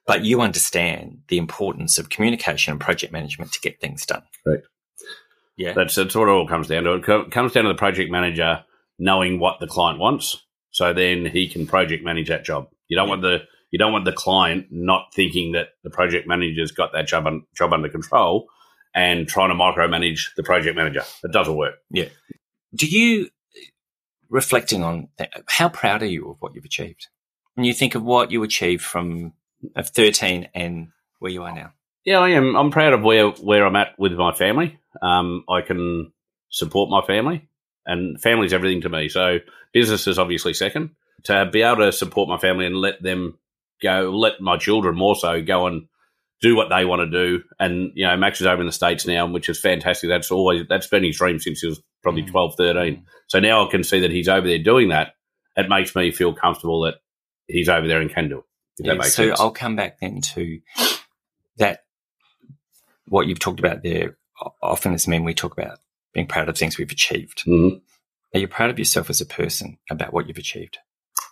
Speaker 2: But you understand the importance of communication and project management to get things done.
Speaker 4: Correct.
Speaker 2: Yeah.
Speaker 4: That's, that's what it all comes down to. It co- comes down to the project manager knowing what the client wants, so then he can project manage that job. You don't want the you don't want the client not thinking that the project manager's got that job un, job under control and trying to micromanage the project manager. It doesn't work.
Speaker 2: do you reflecting on that, how proud are you of what you've achieved when you think of what you achieved from of 13 and where you are now
Speaker 4: Yeah, I am. I'm proud of where where I'm at with my family. Um, I can support my family, and family's everything to me. So business is obviously second. To be able to support my family and let them go, let my children more so go and do what they want to do. And you know, Max is over in the states now, which is fantastic. That's always that's been his dream since he was probably
Speaker 2: Mm.
Speaker 4: 12, 13. So now I can see that he's over there doing that. It makes me feel comfortable that he's over there and can do it. If that
Speaker 2: Yeah,
Speaker 4: makes
Speaker 2: so
Speaker 4: sense.
Speaker 2: i'll come back then to that what you've talked about there o- often as men we talk about being proud of things we've achieved
Speaker 4: Mhm.
Speaker 2: are you proud of yourself as a person about what you've achieved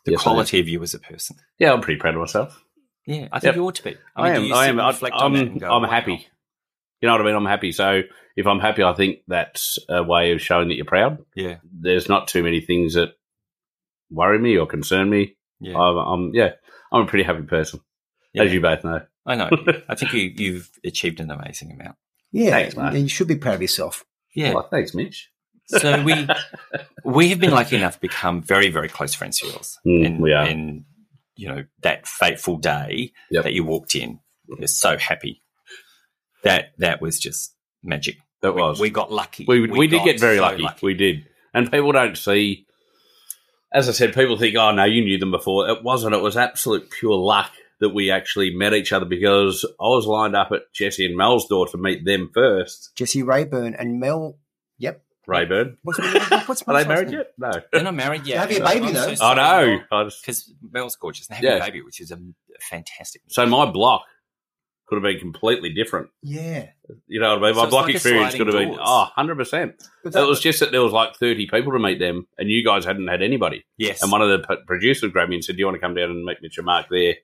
Speaker 2: the
Speaker 4: Yes, I am.
Speaker 2: quality of you as a person
Speaker 4: Yeah, I'm pretty proud of myself.
Speaker 2: yeah i think
Speaker 4: Yep.
Speaker 2: you ought to be
Speaker 4: I,
Speaker 2: mean, do
Speaker 4: am.
Speaker 2: you
Speaker 4: I
Speaker 2: sit
Speaker 4: am.
Speaker 2: and
Speaker 4: I,
Speaker 2: reflect on
Speaker 4: I'm,
Speaker 2: that and go,
Speaker 4: I'm
Speaker 2: "Wow."
Speaker 4: happy. You know what I mean? I'm happy. So if I'm happy, I think that's a way of showing that you're proud.
Speaker 2: yeah
Speaker 4: There's not too many things that worry me or concern me.
Speaker 2: yeah
Speaker 4: I'm, I'm yeah, I'm a pretty happy person,
Speaker 2: Yeah.
Speaker 4: Uh, as you both know.
Speaker 2: i know i think you, you've achieved an amazing amount
Speaker 1: yeah,
Speaker 4: Thanks, mate.
Speaker 1: you should be proud of yourself.
Speaker 2: Yeah.
Speaker 4: Well, thanks, Mitch.
Speaker 2: So we we have been lucky enough to become very, very close friends of yours.
Speaker 4: Mm,
Speaker 2: and,
Speaker 4: we are.
Speaker 2: and you know, that fateful day
Speaker 4: Yep. Mm.
Speaker 2: that you walked in, you're so happy. That that was just magic.
Speaker 4: That
Speaker 2: We-
Speaker 4: was
Speaker 2: We got lucky.
Speaker 4: we, we, did
Speaker 2: got
Speaker 4: get very
Speaker 2: so
Speaker 4: lucky. We did. And people don't see, as I said, people think, oh, no, you knew them before. It wasn't. It was absolute pure luck that we actually met each other because I was lined up at Jesse and Mel's door to meet them first.
Speaker 1: Jesse Rayburn and Mel. Yep.
Speaker 4: Rayburn.
Speaker 1: What's, what's, what's
Speaker 4: Are
Speaker 1: Mel's
Speaker 4: they married
Speaker 1: last
Speaker 4: yet? No.
Speaker 2: They're not married yet.
Speaker 1: Have your baby, though. Oh,
Speaker 4: I know. I just-
Speaker 2: Because Mel's gorgeous and
Speaker 4: Yeah.
Speaker 2: having a baby, which is a fantastic.
Speaker 4: so my block could have been completely different.
Speaker 1: name? Yeah.
Speaker 4: You know what I mean?
Speaker 2: So
Speaker 4: My
Speaker 2: it's
Speaker 4: block
Speaker 2: like a
Speaker 4: experience
Speaker 2: sliding
Speaker 4: could have been,
Speaker 2: doors.
Speaker 4: oh, 100%.
Speaker 1: But
Speaker 4: It was just that there was like 30 people to meet them and you guys hadn't had anybody.
Speaker 2: yes.
Speaker 4: And one of the p- producers grabbed me and said, do you want to come down and meet Mitch and Mark there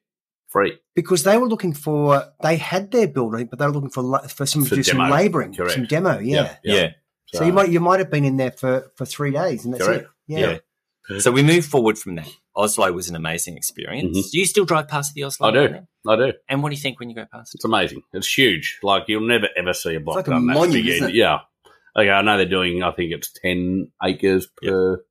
Speaker 4: free?
Speaker 1: because they were looking for they had their building, but they were looking for la- for some
Speaker 4: For
Speaker 1: to do some
Speaker 4: demo,
Speaker 1: labouring,
Speaker 4: correct.
Speaker 1: some demo. Yeah.
Speaker 2: yeah.
Speaker 1: So you might you might have been in there for for three days, and that's
Speaker 4: Correct.
Speaker 1: it.
Speaker 2: Yeah. So we move forward from that. Oslo was an amazing experience. Do you still drive past the Oslo?
Speaker 4: Mm-hmm. I do.
Speaker 2: Arena?
Speaker 4: I do.
Speaker 2: And what do you think when you go past it?
Speaker 4: It's amazing. It's huge. Like you'll never ever see a block
Speaker 1: like a
Speaker 4: done that
Speaker 1: monument,
Speaker 4: big.
Speaker 1: isn't it?
Speaker 4: Yeah. Okay, I know they're doing. I think it's ten acres per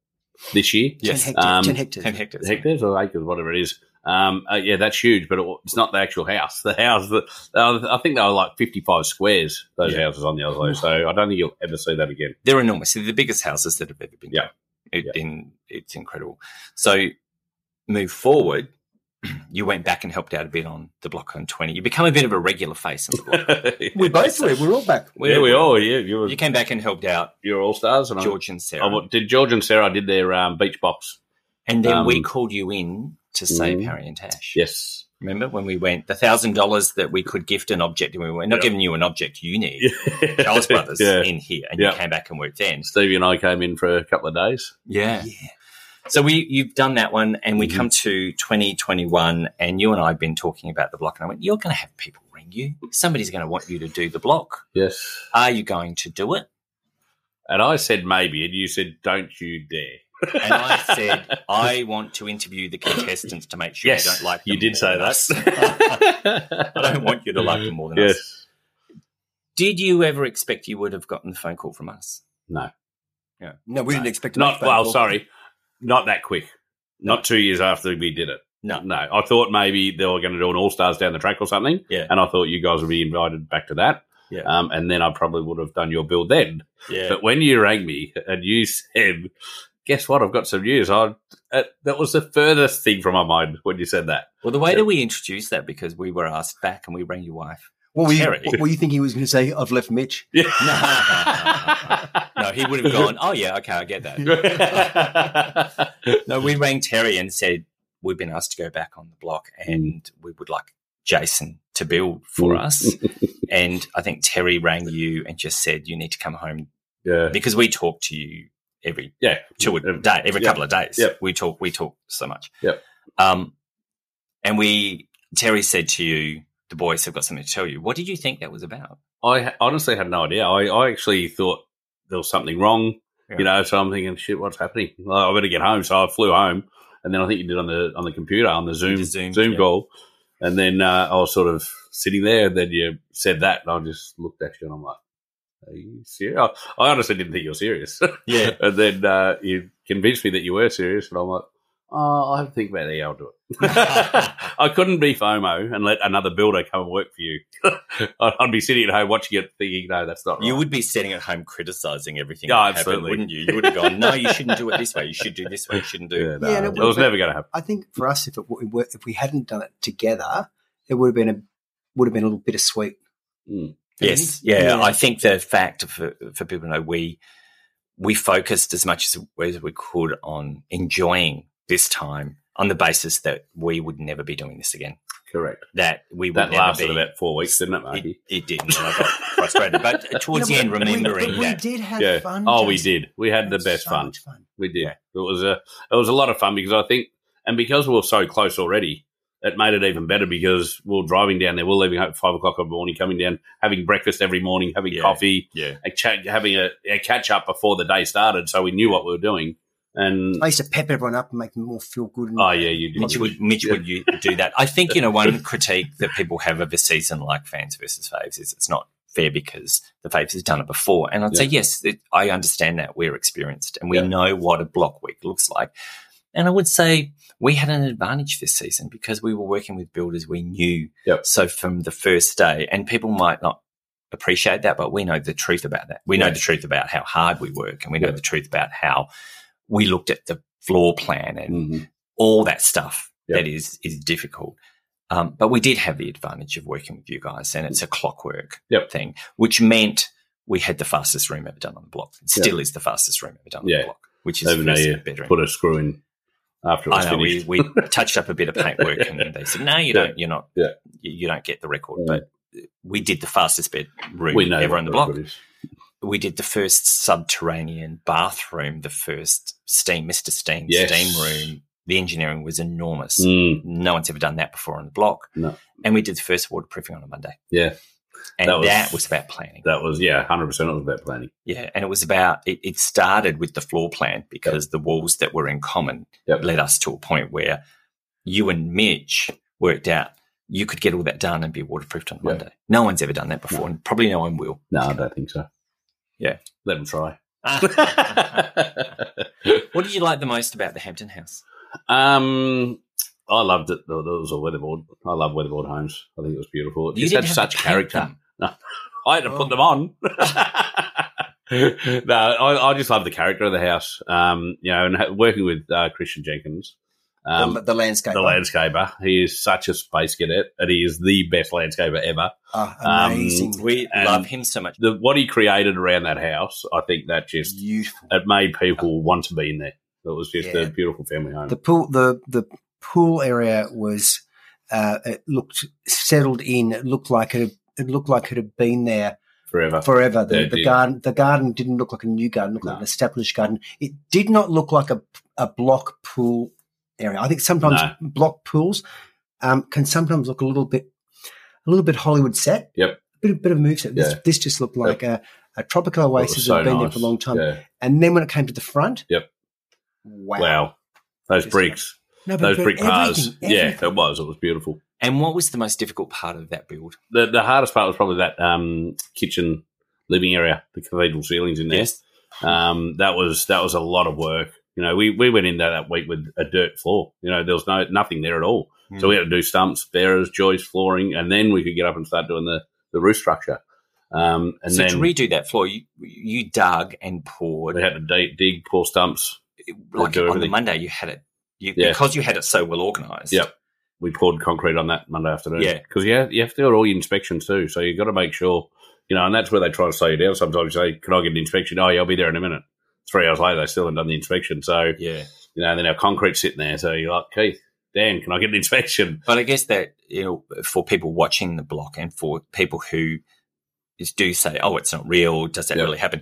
Speaker 4: this year.
Speaker 1: Ten,
Speaker 2: Yes.
Speaker 1: hectares,
Speaker 4: Um,
Speaker 1: ten hectares.
Speaker 2: 10 hectares.
Speaker 4: Hectares or acres, whatever it is. Um, uh, yeah, that's huge, but it, it's not the actual house. The house that uh, I think they were like fifty-five squares. Those
Speaker 2: Yeah.
Speaker 4: houses on the other side, so I don't think you'll ever see that again.
Speaker 2: They're enormous. They're the biggest houses that have ever been
Speaker 4: Yeah.
Speaker 2: built. It,
Speaker 4: Yeah.
Speaker 2: in, it's incredible. So move forward. You went back and helped out a bit on the block on 20. You become a bit of a regular face on the block.
Speaker 1: We both were. We're all back.
Speaker 4: yeah, we all yeah, you were
Speaker 2: You came back and helped out
Speaker 4: you're all stars, and
Speaker 2: George and Sarah.
Speaker 4: I, I did George and Sarah did their um, beach box.
Speaker 2: and then we
Speaker 4: um,
Speaker 2: called you in to save
Speaker 4: Mhm.
Speaker 2: Harry and Tash.
Speaker 4: Yes,
Speaker 2: Remember when we went the thousand dollars that we could gift an object and we were not
Speaker 4: Yeah.
Speaker 2: giving you an object you need. Charles Brothers
Speaker 4: yeah.
Speaker 2: in here and
Speaker 4: Yeah.
Speaker 2: you came back and worked then.
Speaker 4: Stevie and I came in for a couple of days.
Speaker 2: Yeah. So we you've done that one and we
Speaker 4: Mhm.
Speaker 2: come to 2021 and you and I have been talking about the block and I went, You're gonna have people ring you. Somebody's gonna want you to do the block.
Speaker 4: Yes,
Speaker 2: Are you going to do it?
Speaker 4: and I said maybe, and you said don't you dare.
Speaker 2: And I said, I want to interview the contestants to make sure you don't like them.
Speaker 4: you did
Speaker 2: more
Speaker 4: say
Speaker 2: than us."
Speaker 4: that.
Speaker 2: I don't want you to like them more than us.
Speaker 4: Yes,
Speaker 2: Did you ever expect you would have gotten the phone call from us?
Speaker 4: no,
Speaker 1: No, we didn't expect to make
Speaker 4: not
Speaker 1: phone
Speaker 4: well.
Speaker 1: call.
Speaker 4: Sorry, not that quick. Not two years after we did it.
Speaker 2: No.
Speaker 4: no. I thought maybe they were going to do an All Stars down the track or something.
Speaker 2: Yeah.
Speaker 4: and I thought you guys would be invited back to that.
Speaker 2: Yeah.
Speaker 4: um, and then I probably would have done your build then.
Speaker 2: Yeah.
Speaker 4: But when you rang me and you said, "Guess what? I've got some news," I uh, that was the furthest thing from my mind when you said that.
Speaker 2: Well, the way that we introduced that because we were asked back and we rang your wife.
Speaker 1: What were, you,
Speaker 2: Terry.
Speaker 1: what were you thinking he was going to say? I've left Mitch.
Speaker 4: Yeah.
Speaker 2: No, he would have gone, oh, yeah, okay, I get that. No, we rang Terry and said, we've been asked to go back on the block and we would like Jason to build for
Speaker 4: Mm.
Speaker 2: us. And I think Terry rang you and just said, you need to come home
Speaker 4: yeah.
Speaker 2: because we talk to you every
Speaker 4: Yeah.
Speaker 2: two a day, every
Speaker 4: Yeah.
Speaker 2: couple of days.
Speaker 4: Yep.
Speaker 2: We talk, we talk so much.
Speaker 4: Yep.
Speaker 2: Um, and we, Terry said to you, the boys have got something to tell you. What did you think that was about?
Speaker 4: I ha- honestly had no idea. I, I actually thought there was something wrong,
Speaker 2: Yeah.
Speaker 4: you know. So I'm thinking, shit, what's happening? Well, I better get home. So I flew home, and then I think you did on the on the computer on the Zoom
Speaker 2: the Zoom,
Speaker 4: Zoom,
Speaker 2: yeah.
Speaker 4: call, and then uh, I was sort of sitting there, and then you said that, and I just looked at you, and I'm like, are you serious? I, I honestly didn't think you were serious.
Speaker 2: Yeah.
Speaker 4: and then uh, you convinced me that you were serious, and I'm like. Oh, I think about it. Yeah, I'll do it. I couldn't be FOMO and let another builder come and work for you. I'd I'd be sitting at home watching it, thinking, "No, that's not right."
Speaker 2: You would be sitting at home criticizing everything.
Speaker 4: Yeah,
Speaker 2: that happened,
Speaker 4: absolutely.
Speaker 2: wouldn't you? You would have gone, no, you shouldn't do it this way. You should do this way. You shouldn't do.
Speaker 4: Yeah, no,
Speaker 1: Yeah, no,
Speaker 4: it was
Speaker 1: but-
Speaker 4: never going to happen.
Speaker 1: I think for us, if it, w- were- if we hadn't done it together, it would have been a would have been a little bittersweet.
Speaker 2: Yes, yeah.
Speaker 1: Yeah.
Speaker 2: I think the fact for for people to know we we focused as much as, as we could on enjoying this time on the basis that we would never be doing this again.
Speaker 4: Correct.
Speaker 2: That we would
Speaker 4: That
Speaker 2: never
Speaker 4: lasted
Speaker 2: be.
Speaker 4: about four weeks, didn't it,
Speaker 2: it,
Speaker 4: Marky?
Speaker 2: it didn't, and I got frustrated. But towards
Speaker 1: No,
Speaker 2: the end,
Speaker 1: but we-
Speaker 2: remembering
Speaker 1: but we,
Speaker 2: that
Speaker 1: did have
Speaker 4: Yeah.
Speaker 1: fun.
Speaker 4: Oh, we
Speaker 1: Jason.
Speaker 4: did. We had the
Speaker 1: So
Speaker 4: best fun.
Speaker 1: much fun.
Speaker 4: We did. It was a it was a lot of fun because I think, and because we were so close already, it made it even better because we were driving down there. We are leaving home at five o'clock in the morning, coming down, having breakfast every morning, having
Speaker 2: Yeah.
Speaker 4: coffee,
Speaker 2: Yeah.
Speaker 4: a chat, having a, a catch up before the day started, so we knew what we were doing. And
Speaker 1: I used to pep everyone up and make them all feel good. And
Speaker 4: oh yeah, you did.
Speaker 2: Mitch would Mitch would you do that? I think you know one critique that people have of a season like fans versus faves is it's not fair because the faves has done it before, and I'd say yes, it, I understand that we're experienced and we
Speaker 4: Yeah.
Speaker 2: know what a block week looks like, and I would say we had an advantage this season because we were working with builders we knew.
Speaker 4: Yep.
Speaker 2: So from the first day, and people might not appreciate that, but we know the truth about that. We know
Speaker 4: Yeah.
Speaker 2: the truth about how hard we work, and we know
Speaker 4: Yeah.
Speaker 2: the truth about how we looked at the floor plan and
Speaker 4: Mhm.
Speaker 2: all that stuff
Speaker 4: Yeah.
Speaker 2: that is is difficult. Um, but we did have the advantage of working with you guys, and it's a clockwork
Speaker 4: Yep.
Speaker 2: thing, which meant we had the fastest room ever done on the block. It
Speaker 4: Yeah.
Speaker 2: still is the fastest room ever done on
Speaker 4: Yeah.
Speaker 2: the block, which is
Speaker 4: Even though
Speaker 2: first
Speaker 4: you
Speaker 2: bedroom.
Speaker 4: put a screw in after it was
Speaker 2: I know we,
Speaker 4: finished.
Speaker 2: we touched up a bit of paintwork, and they said, "No, you
Speaker 4: Yeah.
Speaker 2: don't. You're not.
Speaker 4: Yeah.
Speaker 2: You, you don't get the record."
Speaker 4: Mm.
Speaker 2: But we did the fastest bedroom
Speaker 4: We know
Speaker 2: ever
Speaker 4: what
Speaker 2: on the
Speaker 4: the
Speaker 2: block.
Speaker 4: record is.
Speaker 2: We did the first subterranean bathroom, the first steam, Mister Steam,
Speaker 4: Yes.
Speaker 2: steam room. The engineering was enormous
Speaker 4: Mm.
Speaker 2: no one's ever done that before on the block.
Speaker 4: No.
Speaker 2: And we did the first waterproofing on a Monday.
Speaker 4: Yeah.
Speaker 2: And
Speaker 4: That
Speaker 2: that
Speaker 4: was-
Speaker 2: was, about planning.
Speaker 4: That was yeah, hundred percent. It was about planning.
Speaker 2: yeah. And it was about, it, it started with the floor plan because the walls that were in common
Speaker 4: Yep.
Speaker 2: led us to a point where you and Mitch worked out you could get all that done and be waterproofed on a
Speaker 4: Yeah.
Speaker 2: Monday. No one's ever done that before and probably no one will.
Speaker 4: No, I don't think so.
Speaker 2: Yeah.
Speaker 4: let them try.
Speaker 2: what did you like the most about the Hampton House?
Speaker 4: um, I loved it. There was a weatherboard. I love weatherboard homes. I think it was beautiful. It
Speaker 2: You
Speaker 4: just
Speaker 2: didn't have
Speaker 4: had
Speaker 2: to
Speaker 4: such
Speaker 2: paint
Speaker 4: character.
Speaker 2: them.
Speaker 4: No, I had to put them on. no, I, I just love the character of the house. Um, you know, and ha- working with uh, Christian Jenkins, um,
Speaker 5: the, the landscape.
Speaker 4: the landscaper, he is such a space cadet, and he is the best landscaper ever.
Speaker 5: Ah,
Speaker 4: um,
Speaker 5: amazing.
Speaker 2: We
Speaker 4: And-
Speaker 2: love him so much.
Speaker 4: The, what he created around that house, I think that just
Speaker 5: Beautiful.
Speaker 4: it made people want to be in there. It was just
Speaker 5: Yeah.
Speaker 4: a beautiful family home.
Speaker 1: The pool, the the pool area was uh, it looked settled in. It looked like it. It looked like it had been there
Speaker 4: forever.
Speaker 1: forever. The,
Speaker 4: Yeah, it
Speaker 1: the
Speaker 4: did.
Speaker 1: garden, the garden didn't look like a new garden. It looked like
Speaker 4: No.
Speaker 1: an established garden. It did not look like a a block pool area. I think sometimes
Speaker 4: No.
Speaker 1: block pools um, can sometimes look a little bit a little bit Hollywood set.
Speaker 4: Yep.
Speaker 1: bit of bit of a move set. This,
Speaker 4: Yeah.
Speaker 1: this just looked like a, a tropical
Speaker 4: It was
Speaker 1: oasis that
Speaker 4: so
Speaker 1: had been there
Speaker 4: nice.
Speaker 1: for a long time.
Speaker 4: Yeah.
Speaker 1: And then when it came to the front,
Speaker 4: Yep.
Speaker 1: wow,
Speaker 4: Wow. Those
Speaker 1: Just-
Speaker 4: bricks,
Speaker 1: No, but-
Speaker 4: those
Speaker 1: but
Speaker 4: brick bars.
Speaker 1: everything,
Speaker 4: Yeah,
Speaker 1: everything.
Speaker 4: it was. It was beautiful.
Speaker 2: And what was the most difficult part of that build?
Speaker 4: The the hardest part was probably that um, kitchen living area, the cathedral ceilings in there. Um, that was that was a lot of work. You know, we, we went in there that week with a dirt floor. You know, there was no nothing there at all.
Speaker 2: Hmm.
Speaker 4: So we had to do stumps, bearers, joists, flooring, and then we could get up and start doing the, the roof structure. Um, and
Speaker 2: so
Speaker 4: then
Speaker 2: to redo that floor, you you dug and poured
Speaker 4: we had to dig, dig, pour stumps.
Speaker 2: like
Speaker 4: do
Speaker 2: on the
Speaker 4: everything.
Speaker 2: Monday. You had it you,
Speaker 4: Yeah.
Speaker 2: because you had it so well organized.
Speaker 4: Yep. we poured concrete on that Monday afternoon.
Speaker 2: Yeah.
Speaker 4: because you have, you have to do all your inspections too. So you've got to make sure, you know, and that's where they try to slow you down. Sometimes you say, "Can I get an inspection?" Oh, yeah, I'll be there in a minute. Three hours later, they still haven't done the inspection. So
Speaker 2: Yeah.
Speaker 4: you know, and then our concrete's sitting there. So you're like, Keith, Dan, can I get an inspection?
Speaker 2: But I guess that you know, for people watching the block and for people who is- do say, "Oh, it's not real," does that
Speaker 4: Yeah.
Speaker 2: really happen?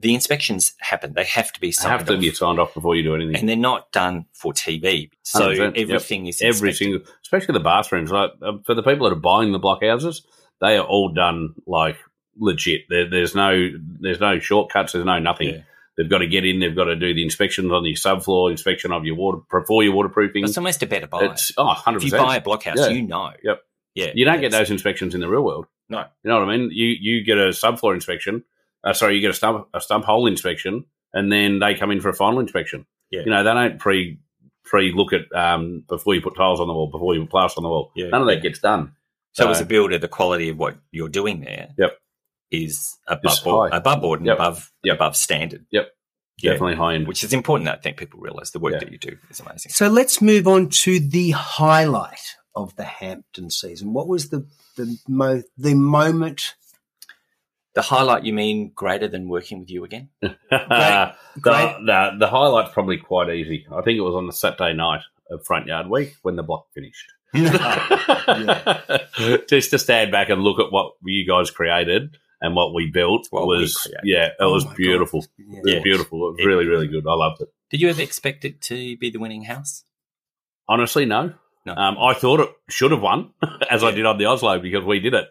Speaker 2: The inspections happen; they have to be
Speaker 4: I
Speaker 2: signed
Speaker 4: have to
Speaker 2: off.
Speaker 4: get signed off before you do anything.
Speaker 2: and they're not done for TV. So
Speaker 4: 100%, yep.
Speaker 2: everything is
Speaker 4: every
Speaker 2: inspected.
Speaker 4: single, especially the bathrooms. Like um, for the people that are buying the blockhouses, they are all done like legit. There, there's no there's no shortcuts. There's no nothing.
Speaker 2: Yeah.
Speaker 4: They've got to get in. They've got to do the inspections on your subfloor, inspection of your water before your waterproofing.
Speaker 2: It's almost a better buy.
Speaker 4: It's oh, 100
Speaker 2: if you buy a blockhouse,
Speaker 4: Yeah.
Speaker 2: you know.
Speaker 4: Yep.
Speaker 2: Yeah.
Speaker 4: You don't get
Speaker 2: it's-
Speaker 4: those inspections in the real world.
Speaker 2: No.
Speaker 4: You know what I mean? You you get a subfloor inspection. Uh, sorry, you get a stump a stump hole inspection, and then they come in for a final inspection.
Speaker 2: Yeah.
Speaker 4: You know they don't pre pre look at um, before you put tiles on the wall, before you put plaster on the wall.
Speaker 2: Yeah.
Speaker 4: None of that gets done.
Speaker 2: So, as a builder, the quality of what you're doing there is
Speaker 4: Yep.
Speaker 2: above
Speaker 4: It's
Speaker 2: board,
Speaker 4: high.
Speaker 2: above board and
Speaker 4: Yep.
Speaker 2: above
Speaker 4: Yep.
Speaker 2: above standard.
Speaker 4: Yep.
Speaker 2: Yeah.
Speaker 4: definitely high end.
Speaker 2: Which is important. I think people realize the work
Speaker 4: Yeah.
Speaker 2: that you do is amazing.
Speaker 1: So let's move on to the highlight of the Hampton season. What was the the mo- the moment?
Speaker 2: The highlight, you mean greater than working with you again?
Speaker 4: the,
Speaker 1: great.
Speaker 4: the the highlight's probably quite easy. I think it was on the Saturday night of front yard week when the block finished. Just to stand back and look at what you guys created and what we built
Speaker 2: What we
Speaker 4: was
Speaker 2: created.
Speaker 4: yeah, it
Speaker 1: Oh
Speaker 4: was
Speaker 1: my God.
Speaker 4: beautiful.
Speaker 1: Yeah.
Speaker 4: It was
Speaker 2: Yeah.
Speaker 4: beautiful. It was
Speaker 2: It-
Speaker 4: really, really good. I loved it.
Speaker 2: Did you ever expect it to be the winning house?
Speaker 4: Honestly, no.
Speaker 2: No.
Speaker 4: Um, I thought it should have won, as I did on the Oslo, because we did it.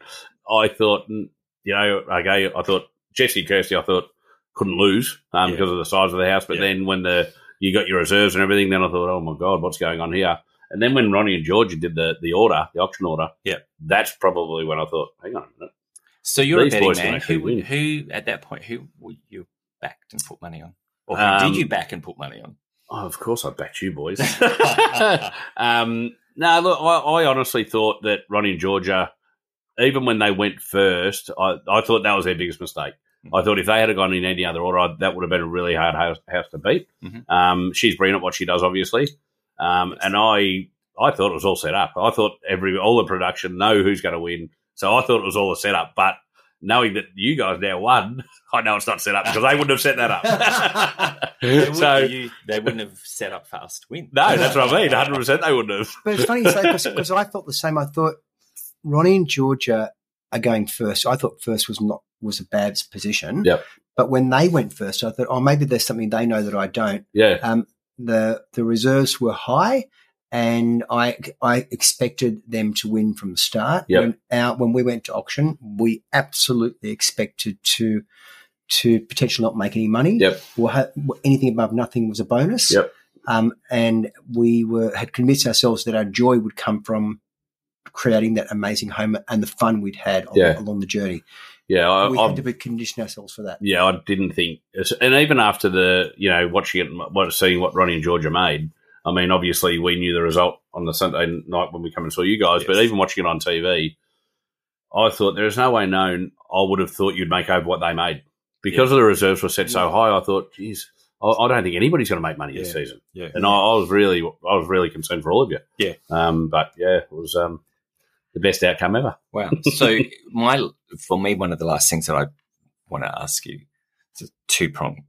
Speaker 4: I thought, mm, you know, okay, I thought Jesse Kirsty, I thought couldn't lose um,
Speaker 2: Yeah.
Speaker 4: because of the size of the house. But
Speaker 2: Yeah.
Speaker 4: then when the you got your reserves and everything, then I thought, oh my god, what's going on here? And then when Ronnie and Georgia did the the order, the auction order,
Speaker 2: Yeah.
Speaker 4: that's probably when I thought, hang on a minute,
Speaker 2: So you're
Speaker 4: These
Speaker 2: a betting
Speaker 4: boys can
Speaker 2: man.
Speaker 4: actually
Speaker 2: Who,
Speaker 4: win.
Speaker 2: who at that point, who would you backed and put money on? Or who
Speaker 4: Um,
Speaker 2: did you back and put money on?
Speaker 4: Oh, of course I bet you, boys. um, no, look, I, I honestly thought that Ronnie and Georgia, even when they went first, I, I thought that was their biggest mistake.
Speaker 2: Mm-hmm.
Speaker 4: I thought if they had gone in any other order, I, that would have been a really hard house, house to beat.
Speaker 2: Mhm.
Speaker 4: Um, she's brilliant at what she does, obviously. Um, and I, I thought it was all set up. I thought every all the production know who's going to win, so I thought it was all a setup. But knowing that you guys now won, I know it's not set up because they wouldn't have set that up.
Speaker 2: They wouldn't,
Speaker 4: so
Speaker 2: you, they wouldn't have set up fast win.
Speaker 4: no, that's what I mean. 100 percent they wouldn't have.
Speaker 1: But it's funny you say because I thought the same. I thought Ronnie and Georgia are going first. I thought first was not was a bad position.
Speaker 4: Yep.
Speaker 1: But when they went first, I thought, oh, maybe there's something they know that I don't.
Speaker 4: Yeah,
Speaker 1: Um, the the reserves were high, and I I expected them to win from the start.
Speaker 4: Yep.
Speaker 1: When, our, when we went to auction, we absolutely expected to to potentially not make any money.
Speaker 4: Yep.
Speaker 1: Or ha- anything above nothing was a bonus.
Speaker 4: Yep.
Speaker 1: Um, and we were had convinced ourselves that our joy would come from creating that amazing home and the fun we'd had al-
Speaker 4: Yeah. Uh, um,
Speaker 1: along the journey.
Speaker 4: yeah. I,
Speaker 1: we
Speaker 4: I,
Speaker 1: had to be condition ourselves for that.
Speaker 4: yeah, I didn't think, and even after the you know watching it, what seeing what Ronnie and Georgia made, I mean, obviously, we knew the result on the Sunday night when we come and saw you guys, but even watching it on TV, I thought there is no way known I would have thought you'd make over what they made because the reserves were set so high. I thought, geez, I, I don't think anybody's going to make money this season.
Speaker 2: Yeah.
Speaker 4: And I, I was really, I was really concerned for all of you.
Speaker 2: Yeah.
Speaker 4: Um, but yeah, it was um, the best outcome ever.
Speaker 2: Wow. So my for me, one of the last things that I want to ask you, it's a two prong.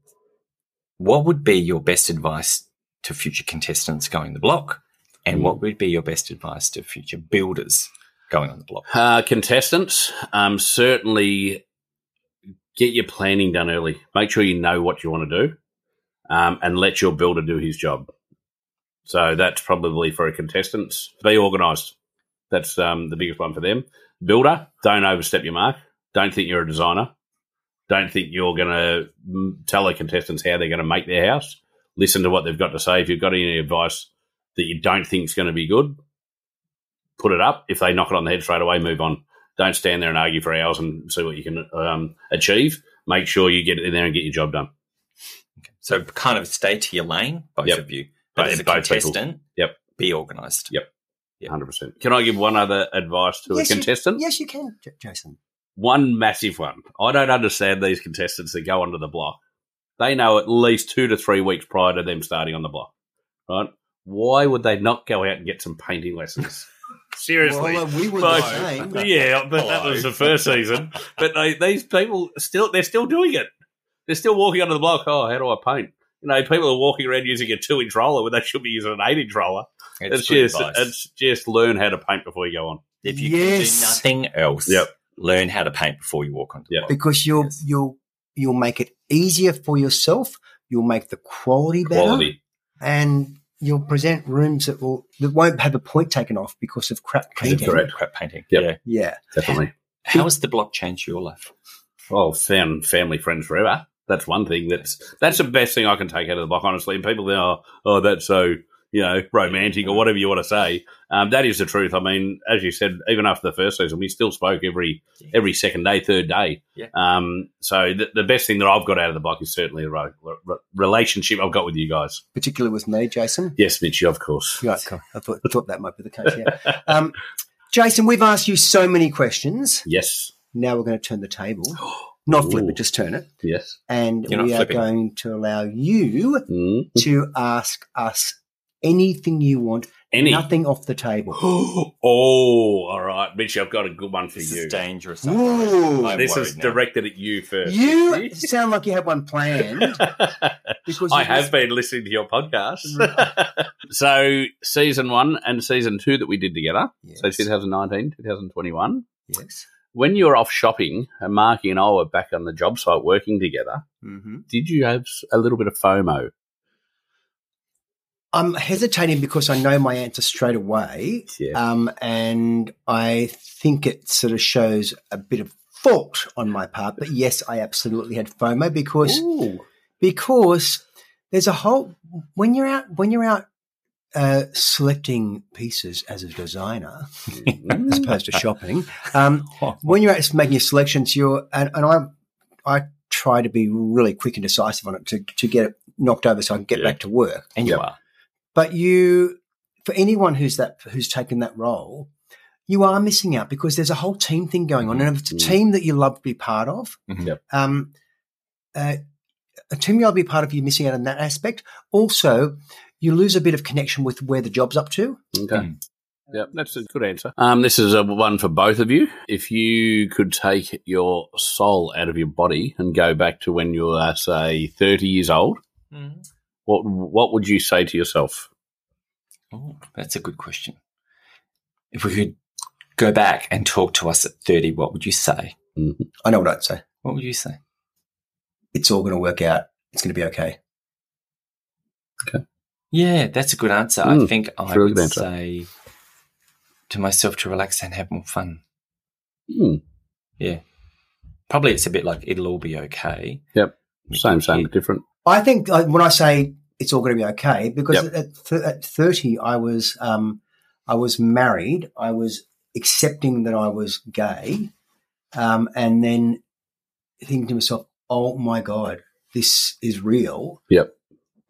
Speaker 2: What would be your best advice to future contestants going the block? And what would be your best advice to future builders going on the block?
Speaker 4: Uh, contestants, um, certainly get your planning done early. Make sure you know what you want to do, um, and let your builder do his job. So that's probably for a contestants. Be organised. That's um, the biggest one for them. Builder, don't overstep your mark. Don't think you're a designer. Don't think you're going to tell the contestants how they're going to make their house. Listen to what they've got to say. If you've got any advice that you don't think is going to be good, put it up. If they knock it on the head straight away, move on. Don't stand there and argue for hours and see what you can um, achieve. Make sure you get in there and get your job done.
Speaker 2: So kind of stay to your lane, both
Speaker 4: Yep.
Speaker 2: of you. But
Speaker 4: And
Speaker 2: as a
Speaker 4: both people.
Speaker 2: contestant,
Speaker 4: Yep.
Speaker 2: be organised.
Speaker 4: Yep.
Speaker 2: Yeah.
Speaker 4: 100%. Can I give one other advice to
Speaker 1: Yes,
Speaker 4: a
Speaker 1: you-
Speaker 4: contestant?
Speaker 1: yes, you can, J- Jason.
Speaker 4: One massive one. I don't understand these contestants that go onto the block. They know at least two to three weeks prior to them starting on the block, right? Why would they not go out and get some painting lessons? Seriously.
Speaker 1: Well, uh, we were the
Speaker 4: Like,
Speaker 1: same.
Speaker 4: yeah, but that was the first season. But they, these people still they're still doing it. They're still walking onto the block. Oh, how do I paint? You know, people are walking around using a two-inch roller when they should be using an eight-inch roller. It's,
Speaker 2: good
Speaker 4: just,
Speaker 2: advice.
Speaker 4: it's just learn how to paint before you go on.
Speaker 2: if you
Speaker 1: Yes.
Speaker 2: can do nothing else,
Speaker 4: Yep.
Speaker 2: learn how to paint before you walk onto the
Speaker 4: Yep.
Speaker 2: block.
Speaker 1: because you'll
Speaker 2: Yes.
Speaker 1: you'll you'll make it easier for yourself. You'll make the quality better,
Speaker 4: Quality.
Speaker 1: and you'll present rooms that will that won't have a point taken off because of crap painting.
Speaker 4: correct.
Speaker 2: Crap painting.
Speaker 4: Yep.
Speaker 2: Yeah.
Speaker 1: Yeah,
Speaker 4: Definitely.
Speaker 2: How has the block changed your life?
Speaker 4: Well, fam, family, friends forever. That's one thing. That's that's the best thing I can take out of the block, honestly. And people think, oh, oh, that's so you know romantic or whatever you want to say. Um, that is the truth. I mean, as you said, even after the first season, we still spoke every every second day, third day.
Speaker 2: Yeah.
Speaker 4: Um, so the, the best thing that I've got out of the block is certainly the ro- re- relationship I've got with you guys.
Speaker 1: particularly with me, Jason.
Speaker 4: Yes, Mitchy, of course.
Speaker 1: Right, cool. I thought thought that might be the case. Yeah, um, Jason, we've asked you so many questions.
Speaker 4: Yes,
Speaker 1: Now we're going to turn the table, not flip
Speaker 4: Ooh.
Speaker 1: it, just turn it,
Speaker 4: yes.
Speaker 1: and
Speaker 2: You're not
Speaker 1: we are
Speaker 2: flipping.
Speaker 1: going to allow you
Speaker 4: Mm.
Speaker 1: to ask us anything you want,
Speaker 4: Any?
Speaker 1: nothing off the table.
Speaker 4: oh, all right, Mitchy, I've got a good one for
Speaker 2: This
Speaker 4: you.
Speaker 2: is dangerous.
Speaker 1: Ooh.
Speaker 2: I'm
Speaker 4: this
Speaker 2: worried
Speaker 4: is
Speaker 2: now.
Speaker 4: directed at you first.
Speaker 1: You sound like you had one planned. Because
Speaker 4: I
Speaker 1: you
Speaker 4: have
Speaker 1: just-
Speaker 4: been listening to your podcast. so, season one and season two that we did together, so
Speaker 1: Yes.
Speaker 4: 2019, 2021,
Speaker 1: Yes.
Speaker 4: when you were off shopping and Marky and I were back on the job site working together,
Speaker 2: Mm-hmm.
Speaker 4: did you have a little bit of FOMO?
Speaker 1: I'm hesitating because I know my answer straight away.
Speaker 4: Yeah.
Speaker 1: Um, and I think it sort of shows a bit of fault on my part. But yes, I absolutely had FOMO because because there's a whole when you're out when you're out uh, selecting pieces as a designer as opposed to shopping. Um, when you're out making your selections, you're and, and I I try to be really quick and decisive on it to to get it knocked over so I can get
Speaker 2: Yeah.
Speaker 1: back to work.
Speaker 2: And you are.
Speaker 1: But you, for anyone who's that who's taken that role, you are missing out because there's a whole team thing going on, and if it's a
Speaker 4: Mhm.
Speaker 1: team that you love to be part of,
Speaker 2: Mhm.
Speaker 4: Yep.
Speaker 1: um, uh, a team you love to be part of, you're missing out on that aspect. Also, you lose a bit of connection with where the job's up to.
Speaker 4: Okay.
Speaker 2: Mm.
Speaker 4: Yeah, that's a good answer. Um, this is a one for both of you. If you could take your soul out of your body and go back to when you were, say, 30 years old,
Speaker 2: Mm-hmm.
Speaker 4: what what would you say to yourself?
Speaker 2: Oh, that's a good question. If we could go back and talk to us at 30, what would you say?
Speaker 1: I know what I'd say.
Speaker 2: What would you say?
Speaker 1: It's all going to work out. It's going to be okay.
Speaker 2: Yeah, that's a good answer. I
Speaker 4: Mm,
Speaker 2: think I
Speaker 4: it's a really
Speaker 2: would
Speaker 4: good answer.
Speaker 2: say to myself to relax and have more fun.
Speaker 4: Hmm.
Speaker 2: Yeah. Probably it's a bit like it'll all be okay.
Speaker 4: Yep. Same, same,
Speaker 2: Yeah.
Speaker 4: but different.
Speaker 1: I think uh, when I say it's all going to be okay, because
Speaker 4: Yep.
Speaker 1: at, th- at thirty, I was um, I was married. I was accepting that I was gay, um, and then thinking to myself, "Oh my god, this is real."
Speaker 4: Yep.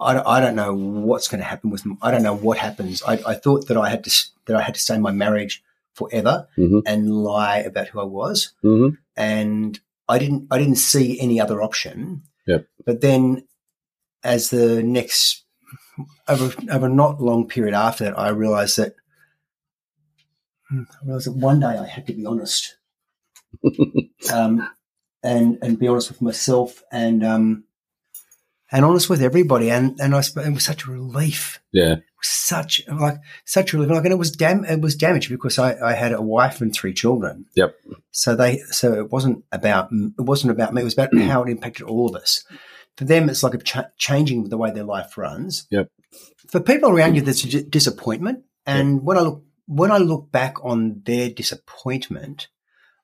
Speaker 1: I don't, I don't know what's going to happen with them. I don't know what happens. I, I thought that I had to s- that I had to stay in my marriage forever
Speaker 4: Mhm.
Speaker 1: and lie about who I was,
Speaker 4: Mm-hmm.
Speaker 1: and I didn't I didn't see any other option.
Speaker 4: Yep.
Speaker 1: But then, as the next over over not long period after that, I realized that hmm, I realized that one day I had to be honest, um, and and be honest with myself and um, and honest with everybody. And and I sp- it was such a relief
Speaker 4: Yeah.
Speaker 1: such like such a relief. Like, and it was dam it was damaged because I, I had a wife and three children.
Speaker 4: Yep.
Speaker 1: So they so it wasn't about it wasn't about me. It was about how it impacted all of us. For them, it's like a ch- changing the way their life runs.
Speaker 4: Yep.
Speaker 1: For people around you, there's a di- disappointment. And when I look when I look back on their disappointment,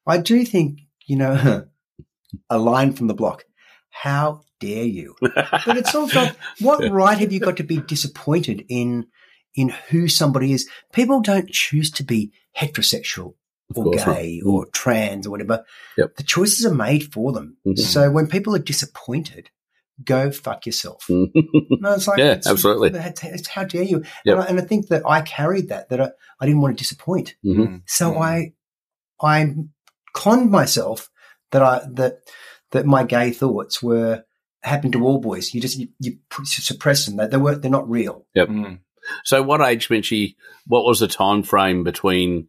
Speaker 1: I do think you know a line from the block. How dare you? but it's also like, what right have you got to be disappointed in in who somebody is? People don't choose to be heterosexual or
Speaker 4: course not.
Speaker 1: gay or trans or whatever.
Speaker 4: Yep.
Speaker 1: The choices are made for them.
Speaker 4: Mhm.
Speaker 1: So when people are disappointed, go fuck yourself. No, it's like
Speaker 4: Mm-hmm. Yeah,
Speaker 1: it's-
Speaker 4: absolutely.
Speaker 1: It's, it's how dare you?
Speaker 4: Yep.
Speaker 1: And, I, and I think that I carried that that I, I didn't want to disappoint.
Speaker 4: Mhm.
Speaker 1: So I, I conned myself that I that that my gay thoughts were happened to all boys. You just you, you pr- suppress them. They, they weren't. They're not real.
Speaker 2: Mm,
Speaker 4: So, what age when she? What was the time frame between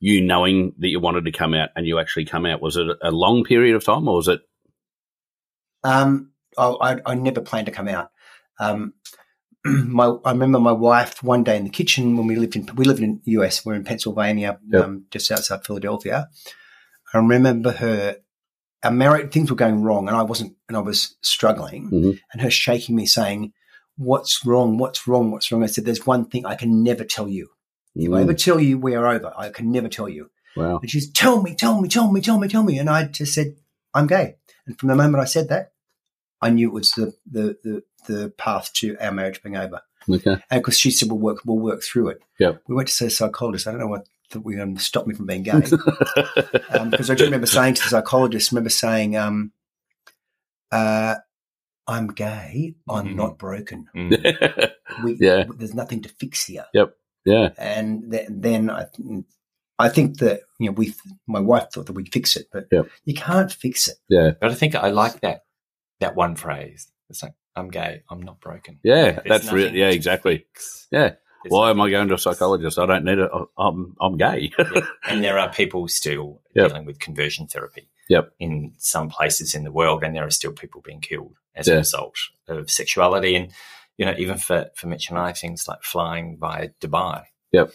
Speaker 4: you knowing that you wanted to come out and you actually come out? Was it a long period of time, or was it?
Speaker 1: Um, I, I, I never planned to come out. Um, my I remember my wife one day in the kitchen when we lived in we lived in the US. We're in Pennsylvania,
Speaker 4: Yep.
Speaker 1: um, just outside Philadelphia. I remember her. Our marriage things were going wrong, and I wasn't, and I was struggling.
Speaker 4: Mhm.
Speaker 1: And her shaking me, saying, "What's wrong? What's wrong? What's wrong?" I said, "There's one thing I can never tell you. If I
Speaker 4: Mm.
Speaker 1: ever tell you we are over, I can never tell you."
Speaker 4: Wow.
Speaker 1: And she's, tell me, tell me, tell me, tell me, tell me. And I just said, I'm gay. And from the moment I said that, I knew it was the, the, the, the path to our marriage being over.
Speaker 4: Okay.
Speaker 1: And because she said, we'll work, we'll work through it.
Speaker 4: Yep.
Speaker 1: We went to see a psychologist. I don't know what that we um, stopped me from being gay. Um, because I do remember saying to the psychologist, remember saying, um, uh, I'm gay. I'm
Speaker 2: Mhm.
Speaker 1: not broken.
Speaker 2: Mm.
Speaker 1: We,
Speaker 4: Yeah.
Speaker 1: There's nothing to fix here
Speaker 4: yeah.
Speaker 1: and th- then I, th- I think that you know we, my wife thought that we'd fix it, but
Speaker 4: Yep.
Speaker 1: you can't fix it.
Speaker 2: But I think I like that that one phrase. It's like I'm gay. I'm not broken.
Speaker 4: Yeah.
Speaker 2: There's
Speaker 4: That's real.
Speaker 2: nothing
Speaker 4: Yeah.
Speaker 2: to
Speaker 4: Exactly.
Speaker 2: fix.
Speaker 4: Yeah.
Speaker 2: There's
Speaker 4: Why am
Speaker 2: nothing
Speaker 4: I going to a
Speaker 2: fix.
Speaker 4: psychologist? I don't need it. I'm I'm gay.
Speaker 2: Yeah. And there are people still
Speaker 4: Yep.
Speaker 2: dealing with conversion therapy.
Speaker 4: Yep.
Speaker 2: In some places in the world, and there are still people being killed as
Speaker 4: Yeah.
Speaker 2: a result of sexuality, and you know, even for for Mitch and I, things like flying via Dubai.
Speaker 4: Yep.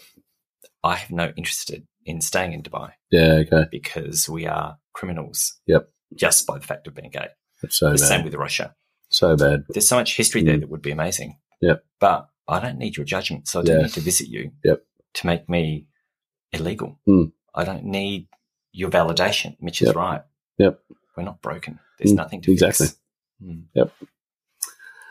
Speaker 2: I have no interest in staying in Dubai
Speaker 4: yeah. Okay.
Speaker 2: because we are criminals.
Speaker 4: Yep. Oh,
Speaker 2: Just by the fact of being gay.
Speaker 4: That's so
Speaker 2: the
Speaker 4: bad.
Speaker 2: same with Russia.
Speaker 4: so bad.
Speaker 2: There's so much history there
Speaker 4: Mm.
Speaker 2: that would be amazing.
Speaker 4: Yep.
Speaker 2: But I don't need your judgment, so I don't
Speaker 4: Yeah.
Speaker 2: need to visit you
Speaker 4: Yep.
Speaker 2: to make me illegal.
Speaker 4: Mm.
Speaker 2: I don't need your validation. Mitch is
Speaker 4: Yep.
Speaker 2: right.
Speaker 4: Yep.
Speaker 2: We're not broken. There's
Speaker 4: Mm,
Speaker 2: nothing to
Speaker 4: exactly.
Speaker 2: fix. Mm.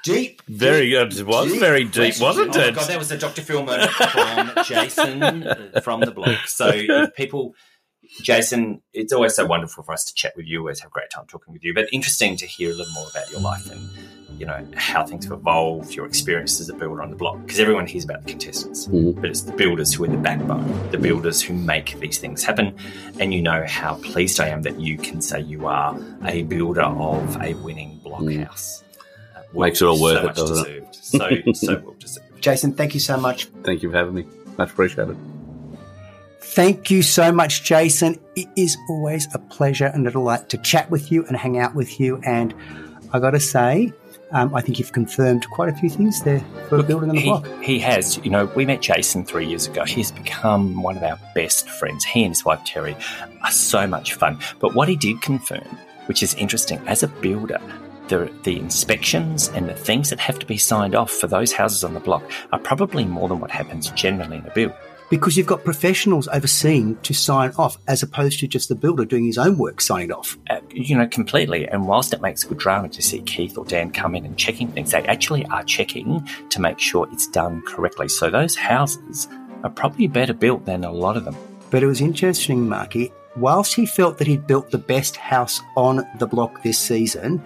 Speaker 1: Deep,
Speaker 4: Very good. It was very deep, wasn't
Speaker 2: oh my
Speaker 4: it?
Speaker 2: God, that was a Dr. Phil moment from Jason uh, from the blog. So if people, Jason, it's always so wonderful for us to chat with you. Always have a great time talking with you. But interesting to hear a little more about your life and you know how things have evolved, your experience as a builder on the block. Because everyone hears about the contestants,
Speaker 4: Mhm.
Speaker 2: but it's the builders who are the backbone, the builders who make these things happen. And you know how pleased I am that you can say you are a builder of a winning blockhouse. Uh,
Speaker 4: Makes it all worth
Speaker 2: so
Speaker 4: it,
Speaker 2: much
Speaker 4: doesn't it?
Speaker 2: deserved. So so well deserved.
Speaker 1: Jason. Thank you so much.
Speaker 4: Thank you for having me. Much appreciated.
Speaker 1: Thank you so much, Jason. It is always a pleasure and a delight to chat with you and hang out with you. And I got to say, um, I think you've confirmed quite a few things there for building on the
Speaker 2: he,
Speaker 1: block.
Speaker 2: he has, you know, we met Jason three years ago. He's become one of our best friends. He and his wife Terry are so much fun. But what he did confirm, which is interesting, as a builder, the, the inspections and the things that have to be signed off for those houses on the block are probably more than what happens generally in a build.
Speaker 1: Because you've got professionals overseeing to sign off, as opposed to just the builder doing his own work signing off.
Speaker 2: uh, you know, completely. And whilst it makes good drama to see Keith or Dan come in and checking things, they actually are checking to make sure it's done correctly. So those houses are probably better built than a lot of them.
Speaker 1: But it was interesting, Marky. Whilst he felt that he'd built the best house on the block this season,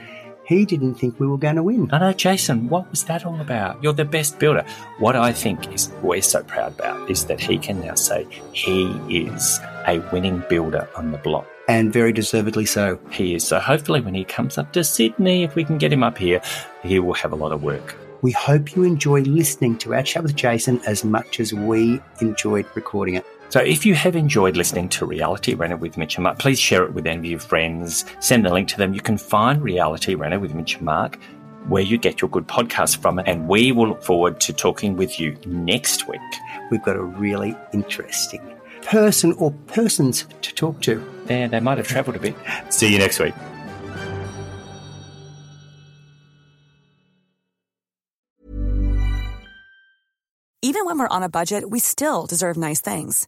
Speaker 1: He didn't think we were going to win.
Speaker 2: No, no, Jason, what was that all about? You're the best builder. What I think is we're so proud about is that he can now say he is a winning builder on the block.
Speaker 1: And very deservedly so.
Speaker 2: He is. So hopefully, when he comes up to Sydney, if we can get him up here, he will have a lot of work.
Speaker 1: We hope you enjoy listening to our chat with Jason as much as we enjoyed recording it.
Speaker 2: So if you have enjoyed listening to Reality Renner with Mitch and Mark, please share it with any of your friends. Send the link to them. You can find Reality Renner with Mitch and Mark where you get your good podcasts from. And we will look forward to talking with you next week.
Speaker 1: We've got a really interesting person or persons to talk to.
Speaker 2: Yeah, they might have travelled a bit. See you next week.
Speaker 5: Even when we're on a budget, we still deserve nice things.